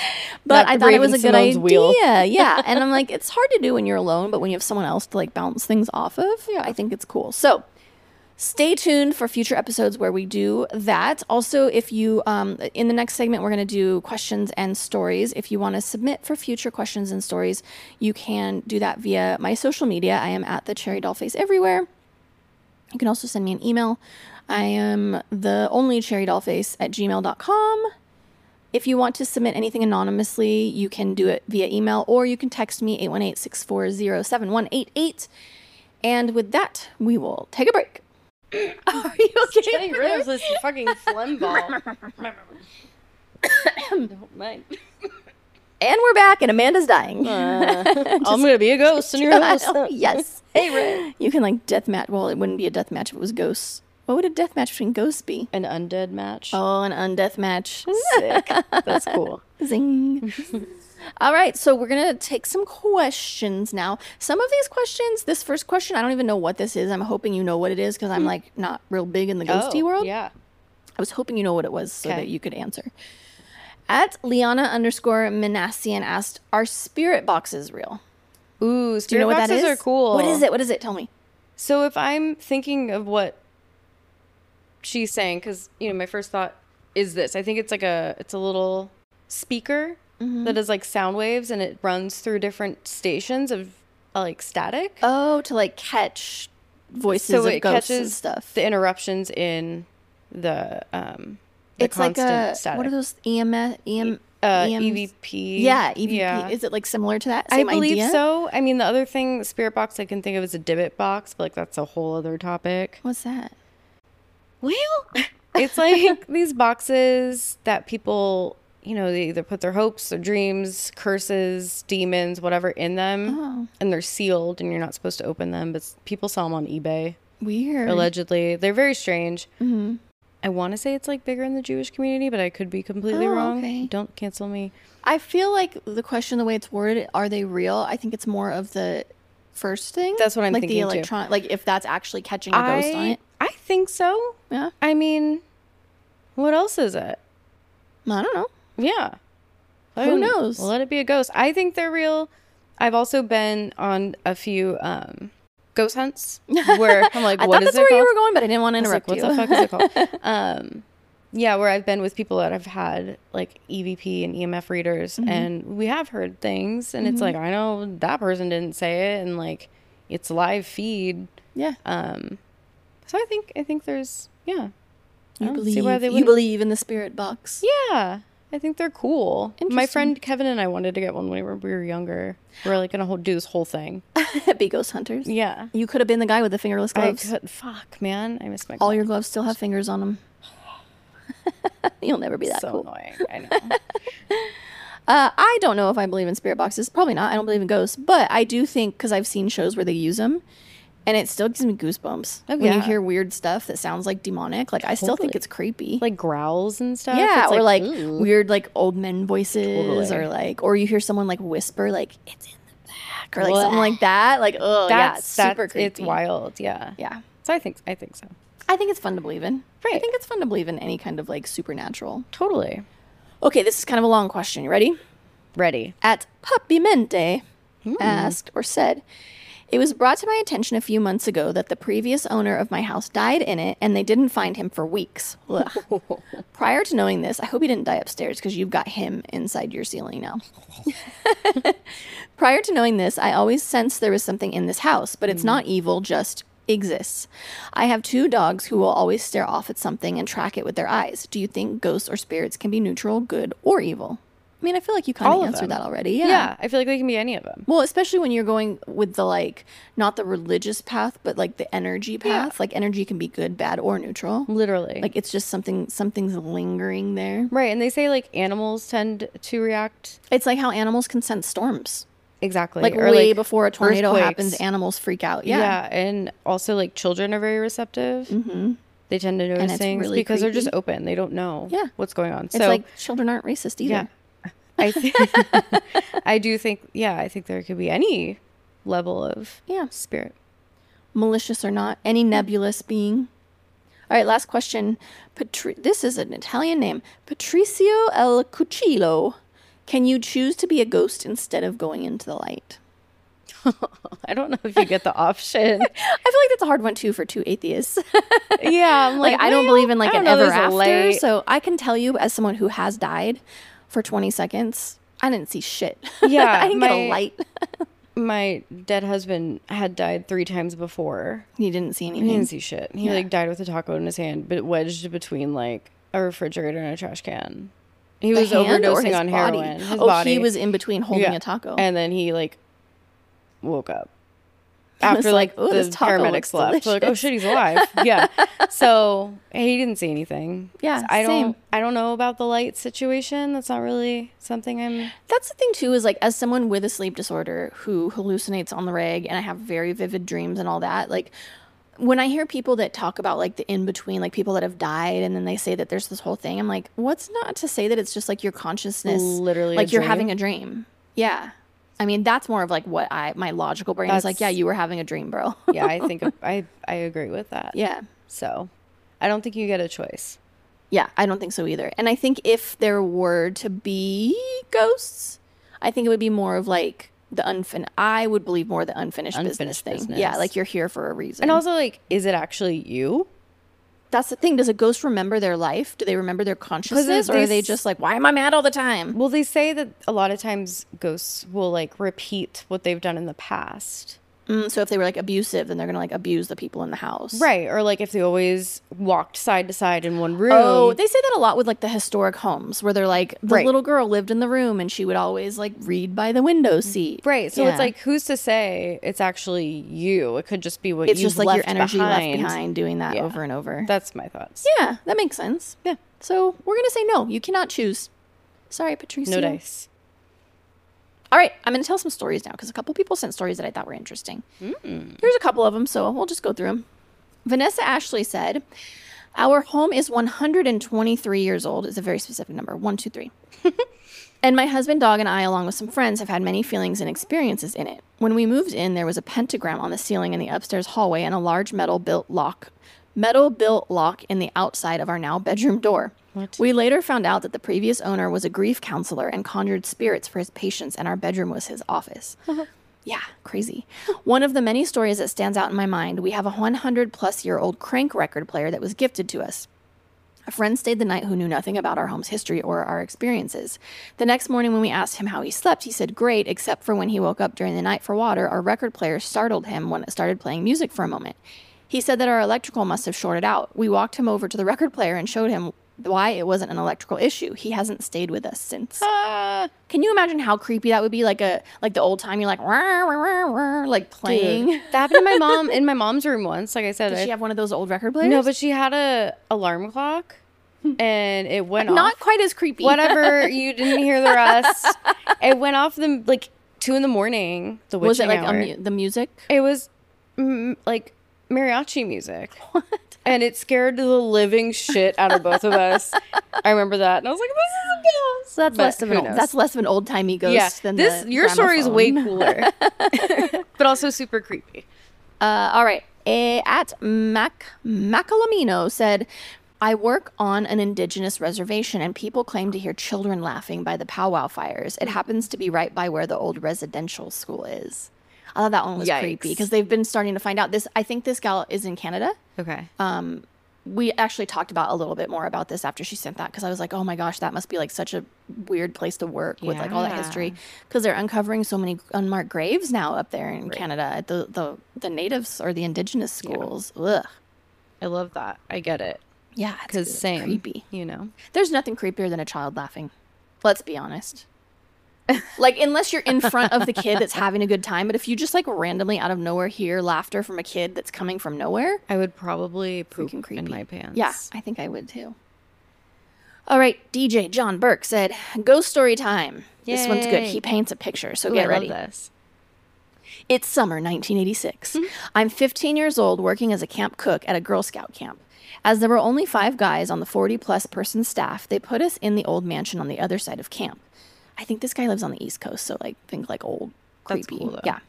Speaker 1: But
Speaker 2: Not
Speaker 1: I thought it was a good
Speaker 2: Raven
Speaker 1: idea.
Speaker 2: Simone's wheel.
Speaker 1: yeah. And I'm like, it's hard to do when you're alone, but when you have someone else to like bounce things off of, yeah. I think it's cool. So stay tuned for future episodes where we do that. Also, if you, um, in the next segment, we're going to do questions and stories. If you want to submit for future questions and stories, you can do that via my social media. I am at the Cherry Dollface everywhere. You can also send me an email. I am the only cherry dollface at gmail.com. If you want to submit anything anonymously, you can do it via email or you can text me 818 640 7188. And with that, we will take a break. Are you okay?
Speaker 2: Getting rid of this fucking phlegm ball. Don't mind.
Speaker 1: And we're back, and Amanda's dying.
Speaker 2: I'm gonna be a ghost in your house.
Speaker 1: Oh, yes. Uh, Hey, Red. You can like death match. Well, it wouldn't be a death match if it was ghosts. What would a death match between ghosts be? Mm-hmm.
Speaker 2: An undead match.
Speaker 1: Oh, an undeath match.
Speaker 2: sick. That's cool.
Speaker 1: Zing. All right, so we're gonna take some questions now. Some of these questions, this first question, I don't even know what this is. I'm hoping you know what it is because I'm like not real big in the ghosty world.
Speaker 2: Oh, Yeah.
Speaker 1: I was hoping you know what it was so
Speaker 2: Okay.
Speaker 1: that you could answer. At Liana underscore Manassian asked, "Are spirit boxes real?
Speaker 2: Ooh, spirit
Speaker 1: Do you know what that
Speaker 2: boxes
Speaker 1: is?
Speaker 2: are cool.
Speaker 1: What is it? What is it? Tell me.
Speaker 2: So if I'm thinking of what she's saying, because you know, my first thought is this. I think it's like a it's a little speaker
Speaker 1: Mm-hmm.
Speaker 2: that is like sound waves, and it runs through different stations of uh, like static.
Speaker 1: Oh, to like catch voices
Speaker 2: so
Speaker 1: of
Speaker 2: it
Speaker 1: ghosts and
Speaker 2: catches
Speaker 1: stuff.
Speaker 2: the interruptions in the um the
Speaker 1: it's like
Speaker 2: constant
Speaker 1: a
Speaker 2: static.
Speaker 1: what are those E EMS? EM,
Speaker 2: uh,
Speaker 1: EMs?
Speaker 2: EVP.
Speaker 1: Yeah, EVP. Is it like similar to that? Same
Speaker 2: E I believe
Speaker 1: idea?
Speaker 2: so. I mean, the other thing, spirit box, I can think of is a divot box, but like that's a whole other topic.
Speaker 1: What's that?
Speaker 2: Well, it's like these boxes that people, you know, they either put their hopes, their dreams, curses, demons, whatever in them,
Speaker 1: Oh.
Speaker 2: and they're sealed, and you're not supposed to open them. But s- people sell them on eBay
Speaker 1: Weird.
Speaker 2: allegedly. They're very strange. I want to say it's like bigger in the Jewish community, but I could be completely
Speaker 1: Oh,
Speaker 2: wrong.
Speaker 1: okay.
Speaker 2: Don't cancel me.
Speaker 1: I feel like the question, the way it's worded, are they real? I think it's more of the first thing.
Speaker 2: That's what I'm
Speaker 1: like
Speaker 2: thinking,
Speaker 1: the
Speaker 2: too.
Speaker 1: electron, like if that's actually catching a ghost on
Speaker 2: I
Speaker 1: it.
Speaker 2: I think so.
Speaker 1: Yeah,
Speaker 2: I mean, what else is it?
Speaker 1: I don't know.
Speaker 2: Yeah. I
Speaker 1: Who
Speaker 2: don't-
Speaker 1: knows?
Speaker 2: Oh, Let it be a ghost. I think they're real. I've also been on a few um, ghost hunts where I'm like,
Speaker 1: I
Speaker 2: what
Speaker 1: thought
Speaker 2: is
Speaker 1: that's
Speaker 2: it
Speaker 1: where
Speaker 2: called?
Speaker 1: you were going, but I didn't want to
Speaker 2: I was
Speaker 1: interrupt
Speaker 2: like, what
Speaker 1: you.
Speaker 2: the fuck is it called? um, yeah, where I've been with people that have had like EVP and EMF readers, and we have heard things, and it's like I know that person didn't say it, and like it's live feed.
Speaker 1: yeah,
Speaker 2: Um, so I think I think there's yeah, I
Speaker 1: you
Speaker 2: don't
Speaker 1: believe.
Speaker 2: see why they
Speaker 1: you
Speaker 2: wouldn't.
Speaker 1: believe in the spirit box.
Speaker 2: Yeah, I think they're cool. My
Speaker 1: Interesting.
Speaker 2: friend Kevin and I wanted to get one when we were, we were younger. We are like gonna whole, do this whole thing.
Speaker 1: Be ghost hunters.
Speaker 2: Yeah.
Speaker 1: You could have been the guy with the fingerless
Speaker 2: I
Speaker 1: gloves.
Speaker 2: could, fuck, man, I miss my.
Speaker 1: All your gloves still have fingers on them. You'll never be that
Speaker 2: so
Speaker 1: cool.
Speaker 2: annoying. I know.
Speaker 1: Uh, I don't know if I believe in spirit boxes. Probably not. I don't believe in ghosts, but I do think because I've seen shows where they use them, and it still gives me goosebumps
Speaker 2: Oh,
Speaker 1: when you
Speaker 2: yeah.
Speaker 1: hear weird stuff that sounds like demonic. Like I still think
Speaker 2: Totally.
Speaker 1: it's creepy.
Speaker 2: like growls and stuff.
Speaker 1: yeah,
Speaker 2: It's
Speaker 1: or like
Speaker 2: ooh.
Speaker 1: weird like old men voices,
Speaker 2: Totally.
Speaker 1: or like or you hear someone like whisper like it's in the back or like something like that. Like oh yeah, it's
Speaker 2: that's
Speaker 1: super
Speaker 2: that's
Speaker 1: creepy.
Speaker 2: it's wild. Yeah.
Speaker 1: Yeah,
Speaker 2: So I think I think so.
Speaker 1: I think it's fun to believe in. I
Speaker 2: Right.
Speaker 1: think it's fun to believe in any kind of like supernatural.
Speaker 2: Totally
Speaker 1: Okay, this is kind of a long question. You ready?
Speaker 2: ready.
Speaker 1: at Puppymente asked or said, It was brought to my attention a few months ago that the previous owner of my house died in it and they didn't find him for weeks. Ugh. Prior to knowing this, I hope he didn't die upstairs because you've got him inside your ceiling now. Prior to knowing this, I always sensed there was something in this house, but it's not evil, just exists. I have two dogs who will always stare off at something and track it with their eyes. Do you think ghosts or spirits can be neutral, good, or evil? I mean, I feel like you kind
Speaker 2: All
Speaker 1: of
Speaker 2: of
Speaker 1: answered
Speaker 2: them.
Speaker 1: that already.
Speaker 2: Yeah.
Speaker 1: yeah.
Speaker 2: I feel like they can be any of them.
Speaker 1: Well, especially when you're going with the like not the religious path, but like the energy path. Like energy can be good, bad, or neutral.
Speaker 2: Literally.
Speaker 1: Like it's just something something's lingering there.
Speaker 2: right, and they say like animals tend to react
Speaker 1: It's like how animals can sense storms.
Speaker 2: exactly
Speaker 1: Like
Speaker 2: or,
Speaker 1: way before a tornado
Speaker 2: earthquakes.
Speaker 1: happens, animals freak out. Yeah.
Speaker 2: Yeah. and also like children are very receptive. Mm-hmm. They tend to notice
Speaker 1: it's
Speaker 2: things
Speaker 1: really
Speaker 2: because they're just open. They don't know
Speaker 1: Yeah.
Speaker 2: what's going on.
Speaker 1: It's
Speaker 2: so
Speaker 1: like children aren't racist either.
Speaker 2: yeah, I think I do think yeah, I think there could be any level of
Speaker 1: Yeah.
Speaker 2: spirit.
Speaker 1: malicious or not, any nebulous being. All right, last question. Patri- this is an Italian name. Patricio El Cucillo. Can you choose to be a ghost instead of going into the light?
Speaker 2: I don't know if you get the option.
Speaker 1: I feel like that's a hard one too for two atheists.
Speaker 2: yeah, I'm
Speaker 1: like I don't
Speaker 2: well,
Speaker 1: believe in like
Speaker 2: I
Speaker 1: an
Speaker 2: don't know,
Speaker 1: ever
Speaker 2: there's a
Speaker 1: after.
Speaker 2: light.
Speaker 1: So I can tell you as someone who has died for 20 seconds, I didn't see shit.
Speaker 2: Yeah,
Speaker 1: I didn't get a
Speaker 2: my-
Speaker 1: light.
Speaker 2: my dead husband had died three times before.
Speaker 1: You didn't see anything.
Speaker 2: He didn't see shit. He like died with a taco in his hand, but wedged between like a refrigerator and a trash can. He was
Speaker 1: hand or
Speaker 2: overdosing
Speaker 1: his
Speaker 2: on
Speaker 1: body?
Speaker 2: heroin. His
Speaker 1: oh,
Speaker 2: body.
Speaker 1: he was in between holding
Speaker 2: Yeah.
Speaker 1: a taco.
Speaker 2: and then he like woke up
Speaker 1: was
Speaker 2: after like,
Speaker 1: like, "Ooh,
Speaker 2: the
Speaker 1: this taco
Speaker 2: paramedics
Speaker 1: looks
Speaker 2: left. Like, oh
Speaker 1: delicious."
Speaker 2: shit, he's alive. yeah. So he didn't see anything.
Speaker 1: Yeah,
Speaker 2: So I don't.
Speaker 1: same.
Speaker 2: I don't know about the light situation. That's not really something I'm.
Speaker 1: That's the thing too is like as someone with a sleep disorder who hallucinates on the reg and I have very vivid dreams and all that, like when I hear people that talk about like the in between, like people that have died and then they say that there's this whole thing, I'm like, what's not to say that it's just like your consciousness
Speaker 2: Literally a
Speaker 1: like you're
Speaker 2: dream.
Speaker 1: having a dream. Yeah. I mean, that's more of like what I my logical brain is like, yeah,
Speaker 2: That's-
Speaker 1: you were having a dream, bro.
Speaker 2: Yeah, I think I I agree with that.
Speaker 1: yeah.
Speaker 2: So, I don't think you get a choice.
Speaker 1: Yeah, I don't think so either. And I think if there were to be ghosts, I think it would be more of like the unfin. I would believe more the unfinished, business
Speaker 2: Unfinished
Speaker 1: thing.
Speaker 2: business.
Speaker 1: Yeah, like you're here for a reason.
Speaker 2: And also, like, is it actually you?
Speaker 1: that's the thing. Does a ghost remember their life? Do they remember their consciousness, or are they
Speaker 2: these-
Speaker 1: just like, why am I mad all the time?
Speaker 2: Well, they say that a lot of times ghosts will like repeat what they've done in the past.
Speaker 1: Mm, so if they were like abusive, then they're gonna like abuse the people in the house.
Speaker 2: Right. Or like if they always walked side to side in one room.
Speaker 1: Oh, they say that a lot with like the historic homes where they're like the
Speaker 2: Right.
Speaker 1: little girl lived in the room and she would always like read by the window seat.
Speaker 2: Mm. right. So
Speaker 1: Yeah.
Speaker 2: it's like, who's to say it's actually you? It could just be what
Speaker 1: it's
Speaker 2: you've
Speaker 1: just like your
Speaker 2: left
Speaker 1: energy left
Speaker 2: behind.
Speaker 1: behind doing that
Speaker 2: Yeah.
Speaker 1: over and over.
Speaker 2: That's my thoughts.
Speaker 1: Yeah, that makes sense.
Speaker 2: Yeah.
Speaker 1: So we're gonna say no. You cannot choose. Sorry, Patricia.
Speaker 2: No dice.
Speaker 1: All right, I'm gonna tell some stories now because a couple people sent stories that I thought were interesting.
Speaker 2: Hmm.
Speaker 1: Here's a couple of them, so we'll just go through them. Vanessa Ashley said, "Our home is 123 years old. It's a very specific number. One, two, three. And my husband, dog, and I, along with some friends, have had many feelings and experiences in it. When we moved in, there was a pentagram on the ceiling in the upstairs hallway and a large metal built lock, metal built lock in the outside of our now bedroom door. We later found out that the previous owner was a grief counselor and conjured spirits for his patients, and our bedroom was his office. Yeah, crazy. One of the many stories that stands out in my mind, we have a 100 plus year old crank record player that was gifted to us. A friend stayed the night who knew nothing about our home's history or our experiences. The next morning, when we asked him how he slept, he said, Great, except for when he woke up during the night for water, our record player startled him when it started playing music for a moment. He said that our electrical must have shorted out. We walked him over to the record player and showed him why it wasn't an electrical issue. He hasn't stayed with us since. Can you imagine how creepy that would be? Like a like the old time, you're like, "Rah, rah, rah, rah," like playing.
Speaker 2: Dude, that happened to my mom in my mom's room once. Like I said,
Speaker 1: Does
Speaker 2: I,
Speaker 1: she have one of those old record players?
Speaker 2: no, but she had a alarm clock, and it went off.
Speaker 1: not quite as creepy.
Speaker 2: whatever you didn't hear the rest it went off the like two in the morning the
Speaker 1: was
Speaker 2: witching
Speaker 1: it like a
Speaker 2: hour.
Speaker 1: mu- the music?
Speaker 2: it was mm, like mariachi music and it scared the living shit out of both of us i remember that and i was like this is a ghost
Speaker 1: So that's
Speaker 2: But
Speaker 1: less of
Speaker 2: who
Speaker 1: an
Speaker 2: knows?
Speaker 1: that's less of an old timey ghost
Speaker 2: yeah
Speaker 1: than
Speaker 2: this
Speaker 1: the
Speaker 2: your story is way
Speaker 1: gramophone.
Speaker 2: cooler but also super creepy
Speaker 1: Uh, all right, Eh, at Mac Macalamino said, "I work on an indigenous reservation, and people claim to hear children laughing by the powwow fires.
Speaker 2: Hmm.
Speaker 1: It happens to be right by where the old residential school is." I thought that one was
Speaker 2: Yikes.
Speaker 1: creepy because they've been starting to find out this. I think this gal is in Canada.
Speaker 2: okay
Speaker 1: we actually talked about a little bit more about this after she sent that because I was like, oh my gosh, that must be like such a weird place to work with like all that
Speaker 2: Yeah.
Speaker 1: history because they're uncovering so many unmarked graves now up there in Canada at the, the the natives or the indigenous schools. Ugh.
Speaker 2: i love that i get it
Speaker 1: Yeah, it's
Speaker 2: because
Speaker 1: good.
Speaker 2: same
Speaker 1: creepy.
Speaker 2: you know
Speaker 1: There's nothing creepier than a child laughing. Let's be honest. like unless you're in front of the kid that's having a good time, but if you just like randomly out of nowhere hear laughter from a kid that's coming from nowhere,
Speaker 2: i would probably poop
Speaker 1: freaking creepy.
Speaker 2: in my pants
Speaker 1: Yeah, I think I would too. All right, DJ John Burke said, "Ghost story time." This one's good.
Speaker 2: Yay.
Speaker 1: He paints a picture, so
Speaker 2: Ooh,
Speaker 1: get
Speaker 2: i
Speaker 1: ready.
Speaker 2: love this
Speaker 1: It's summer 1986.
Speaker 2: Hmm.
Speaker 1: I'm 15 years old working as a camp cook at a Girl Scout camp. As there were only five guys on the 40 plus person staff, they put us in the old mansion on the other side of camp. I think this guy lives on the East Coast, so like think like old,
Speaker 2: That's
Speaker 1: creepy.
Speaker 2: cool, though.
Speaker 1: yeah.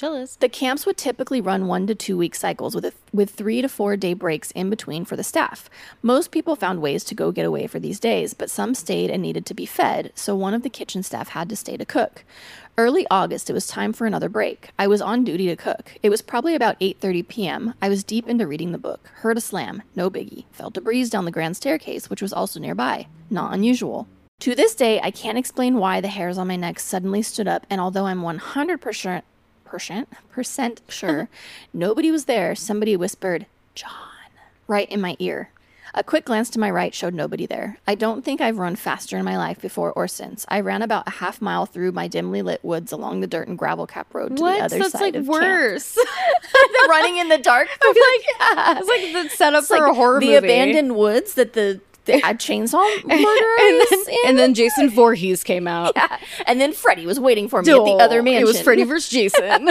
Speaker 2: Jealous.
Speaker 1: The camps would typically run one to two week cycles with, a, with three to four day breaks in between for the staff. Most people found ways to go get away for these days, but some stayed and needed to be fed, so one of the kitchen staff had to stay to cook. Early August, it was time for another break. I was on duty to cook. It was probably about 8:30 p.m. I was deep into reading the book. Heard a slam, no biggie. Felt a breeze down the grand staircase, which was also nearby. Not unusual. To this day, I can't explain why the hairs on my neck suddenly stood up, and although I'm 100% percent percent sure nobody was there somebody whispered john right in my ear a quick glance to my right showed nobody there i don't think i've run faster in my life before or since i ran about a half mile through my dimly lit woods along the dirt and gravel cap road to the
Speaker 2: What?
Speaker 1: other
Speaker 2: That's
Speaker 1: side
Speaker 2: like
Speaker 1: of
Speaker 2: worse.
Speaker 1: camp. running in the dark for like,
Speaker 2: It's like the setup for
Speaker 3: like
Speaker 2: a horror
Speaker 3: the
Speaker 2: movie.
Speaker 3: abandoned woods that the, the
Speaker 1: a chainsaw murderer
Speaker 3: and
Speaker 1: is
Speaker 3: then,
Speaker 1: in.
Speaker 3: and then Jason Voorhees came out.
Speaker 1: and then freddy was waiting for me at the other mansion
Speaker 3: It was Freddy versus Jason.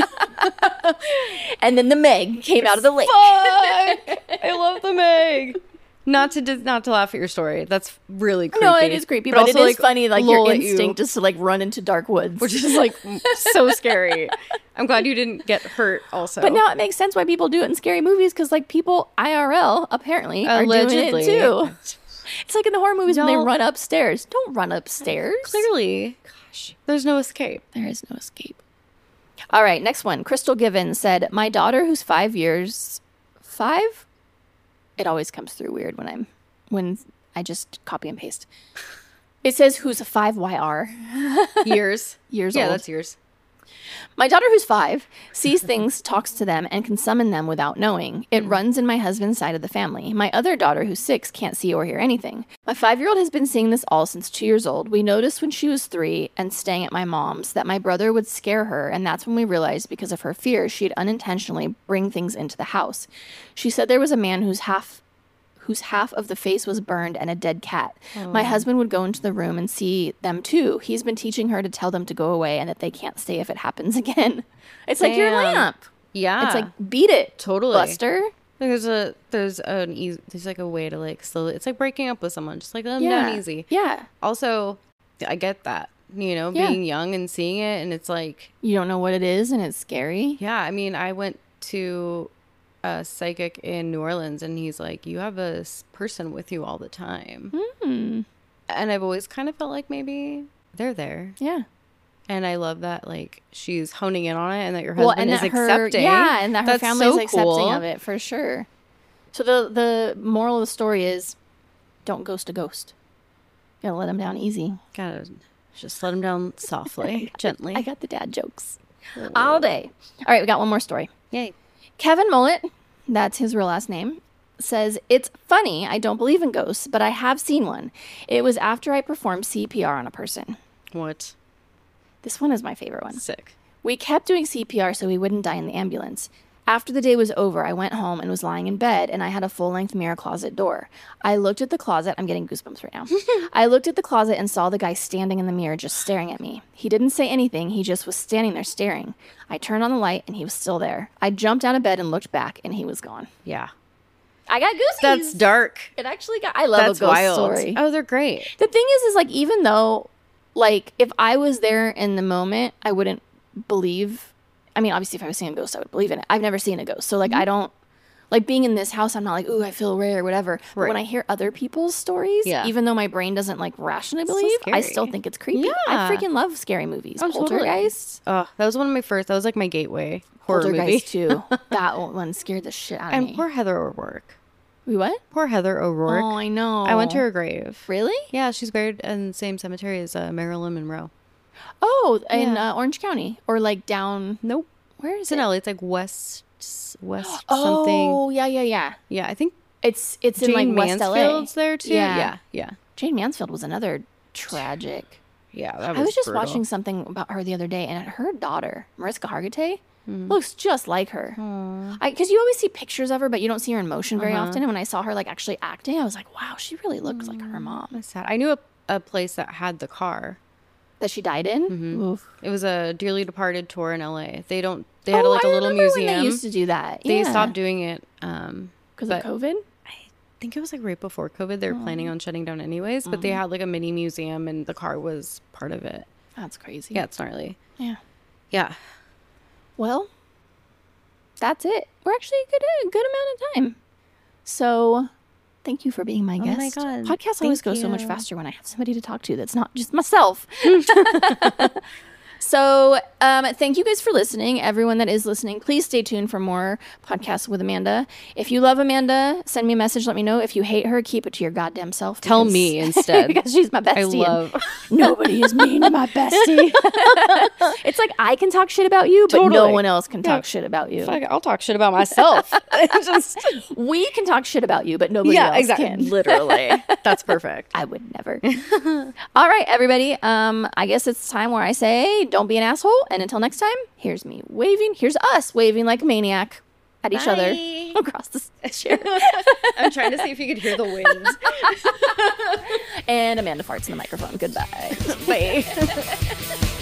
Speaker 3: and then the Meg came out of the lake.
Speaker 2: I love the Meg. Not to dis- not to laugh at your story. That's really creepy.
Speaker 1: no, it is creepy, but, it is
Speaker 2: also,
Speaker 1: funny. Like
Speaker 2: lol
Speaker 1: your
Speaker 2: at you,
Speaker 1: instinct is to like run into dark woods,
Speaker 2: which is like so scary. I'm glad you didn't get hurt. Also,
Speaker 1: But now it makes sense why people do it in scary movies because, like, people IRL apparently
Speaker 2: Allegedly.
Speaker 1: are doing it too. It's like in the horror movies when they
Speaker 2: Don't-
Speaker 1: run upstairs. Don't run upstairs.
Speaker 2: clearly, gosh, there's no escape.
Speaker 1: There is no escape. All right, next one. Crystal Given said, "My daughter, who's five years, five. It always comes through weird when I'm when I just copy and paste. It says who's a five YR
Speaker 2: Years.
Speaker 1: years
Speaker 2: yeah,
Speaker 1: old.
Speaker 2: that's years.
Speaker 1: My daughter, who's five, sees things, talks to them, and can summon them without knowing. It runs in my husband's side of the family. My other daughter, who's six, can't see or hear anything. My five year old has been seeing this all since two years old. We noticed when she was three and staying at my mom's that my brother would scare her, and that's when we realized because of her fear, she'd unintentionally bring things into the house. She said there was a man who's half whose half of the face was burned and a dead cat. My
Speaker 2: Oh.
Speaker 1: husband would go into the room and see them too. He's been teaching her to tell them to go away and that they can't stay if it happens again. It's like your
Speaker 2: Damn.
Speaker 1: lamp.
Speaker 2: Yeah,
Speaker 1: It's like beat it,
Speaker 2: Totally.
Speaker 1: Buster.
Speaker 2: there's a there's an easy there's like a way to like slowly. It's like breaking up with someone. Just like let them
Speaker 1: Yeah,
Speaker 2: down easy.
Speaker 1: Yeah,
Speaker 2: Also, I get that. You know,
Speaker 1: Yeah.
Speaker 2: being young and seeing it, and it's like
Speaker 1: you don't know what it is, and it's scary.
Speaker 2: Yeah, I mean, I went to a psychic in New Orleans, and he's like, "You have a s- person with you all the time,"
Speaker 1: Hmm?
Speaker 2: and I've always kind of felt like maybe they're there,
Speaker 1: Yeah.
Speaker 2: and I love that like she's honing in on it, and that your
Speaker 1: Well,
Speaker 2: husband
Speaker 1: and
Speaker 2: is
Speaker 1: that her,
Speaker 2: accepting,
Speaker 1: yeah, and that her
Speaker 2: That's
Speaker 1: family
Speaker 2: so
Speaker 1: is accepting
Speaker 2: cool.
Speaker 1: of it for sure. So the the moral of the story is, don't ghost a ghost. You gotta let them down easy.
Speaker 2: Gotta just let him down softly, gently.
Speaker 1: I got the dad jokes all day. All right, we got one more story.
Speaker 2: Yay!
Speaker 1: Kevin Mullet, that's his real last name, says, It's funny, I don't believe in ghosts, but I have seen one. It was after I performed CPR on a person.
Speaker 2: What
Speaker 1: This one is my favorite one.
Speaker 2: sick?
Speaker 1: We kept doing CPR so we wouldn't die in the ambulance. After the day was over, I went home and was lying in bed, and I had a full length mirror closet door. I looked at the closet. I'm getting goosebumps right now. I looked at the closet and saw the guy standing in the mirror just staring at me. He didn't say anything, he just was standing there staring. I turned on the light, and he was still there. I jumped out of bed and looked back, and he was gone.
Speaker 2: Yeah,
Speaker 1: I got goosies.
Speaker 2: that's dark.
Speaker 1: It actually got. I love
Speaker 2: That's
Speaker 1: a ghost
Speaker 2: wild.
Speaker 1: story.
Speaker 2: Oh, they're great.
Speaker 1: The thing is, is like even though, like if I was there in the moment, I wouldn't believe. I mean, obviously, if I was seeing a ghost, I would believe in it. I've never seen a ghost, so
Speaker 2: Mm-hmm.
Speaker 1: like I don't like being in this house. I'm not like, ooh, I feel rare or whatever. But
Speaker 2: Right.
Speaker 1: when I hear other people's stories,
Speaker 2: Yeah.
Speaker 1: even though my brain doesn't like rationally believe, I still
Speaker 2: scary.
Speaker 1: think it's creepy. I
Speaker 2: Yeah.
Speaker 1: freaking love scary movies.
Speaker 2: Oh, totally.
Speaker 1: Poltergeist,
Speaker 2: Oh, that was one of my first. That was like my gateway horror movie.
Speaker 1: Poltergeist too. that one scared the shit out of
Speaker 2: And
Speaker 1: me.
Speaker 2: poor Heather O'Rourke.
Speaker 1: we what?
Speaker 2: Poor Heather O'Rourke.
Speaker 1: Oh, I know.
Speaker 2: I went to her grave.
Speaker 1: Really?
Speaker 2: Yeah, she's buried in the same cemetery as uh, Marilyn Monroe.
Speaker 1: Oh, in uh, Orange County or like down.
Speaker 2: Nope.
Speaker 1: Where is
Speaker 2: It's in
Speaker 1: it?
Speaker 2: LA. It's like West, West something.
Speaker 1: Oh, yeah, yeah, yeah.
Speaker 2: Yeah, I think
Speaker 1: It's it's in like
Speaker 2: Jane
Speaker 1: West
Speaker 2: Mansfield's
Speaker 1: LA.
Speaker 2: there too.
Speaker 1: Yeah.
Speaker 2: yeah, yeah.
Speaker 1: Jane Mansfield was another tragic.
Speaker 2: Yeah, that
Speaker 1: I was just
Speaker 2: brutal.
Speaker 1: watching something about her the other day, and her daughter Mariska Hargitay looks just like her. Because you always see pictures of her, but you don't see her in motion very often. And when I saw her like actually acting, I was like, wow, she really looks like her mom
Speaker 2: That's sad. I knew a, a place that had the car.
Speaker 1: that she died in. Oh, Oof.
Speaker 2: It was a dearly departed tour in LA. They don't. They had
Speaker 1: Oh,
Speaker 2: like a
Speaker 1: I
Speaker 2: little
Speaker 1: remember
Speaker 2: museum.
Speaker 1: When they used to do that.
Speaker 2: They
Speaker 1: yeah.
Speaker 2: stopped doing it. Um,
Speaker 1: because of COVID.
Speaker 2: I think it was like right before COVID. They were planning on shutting down anyways, but they had like a mini museum, and the car was part of it.
Speaker 1: That's crazy.
Speaker 2: Yeah, it's gnarly.
Speaker 1: Yeah.
Speaker 2: Yeah.
Speaker 1: Well, that's it. We're actually good a good amount of time. So, thank you for being my
Speaker 2: Oh my
Speaker 1: guest.
Speaker 2: God.
Speaker 1: Podcasts always go
Speaker 2: Thank
Speaker 1: so much
Speaker 2: you.
Speaker 1: faster when I have somebody to talk to that's not just myself. So, um, thank you guys for listening. Everyone that is listening, please stay tuned for more podcasts with Amanda. If you love Amanda, send me a message. Let me know. If you hate her, keep it to your goddamn self.
Speaker 2: Tell
Speaker 1: because-
Speaker 2: me instead.
Speaker 1: because she's my bestie.
Speaker 2: I
Speaker 1: and
Speaker 2: love.
Speaker 1: nobody is mean to my bestie. it's like I can talk shit about you, but no
Speaker 2: Totally.
Speaker 1: one else can talk shit about you.
Speaker 2: Fuck, I'll talk shit about myself. It's just
Speaker 1: We can talk shit about you, but nobody
Speaker 2: Yeah,
Speaker 1: else
Speaker 2: exactly.
Speaker 1: can.
Speaker 3: Literally.
Speaker 2: that's perfect.
Speaker 1: I would never. All right, everybody. Um, I guess it's time where I say, don't be an asshole. And until next time, here's me waving. Here's us waving like a maniac at each
Speaker 2: Bye.
Speaker 1: other across the chair.
Speaker 2: I'm trying to see if you could hear the winds.
Speaker 1: and Amanda farts in the microphone. Goodbye.
Speaker 2: Wait.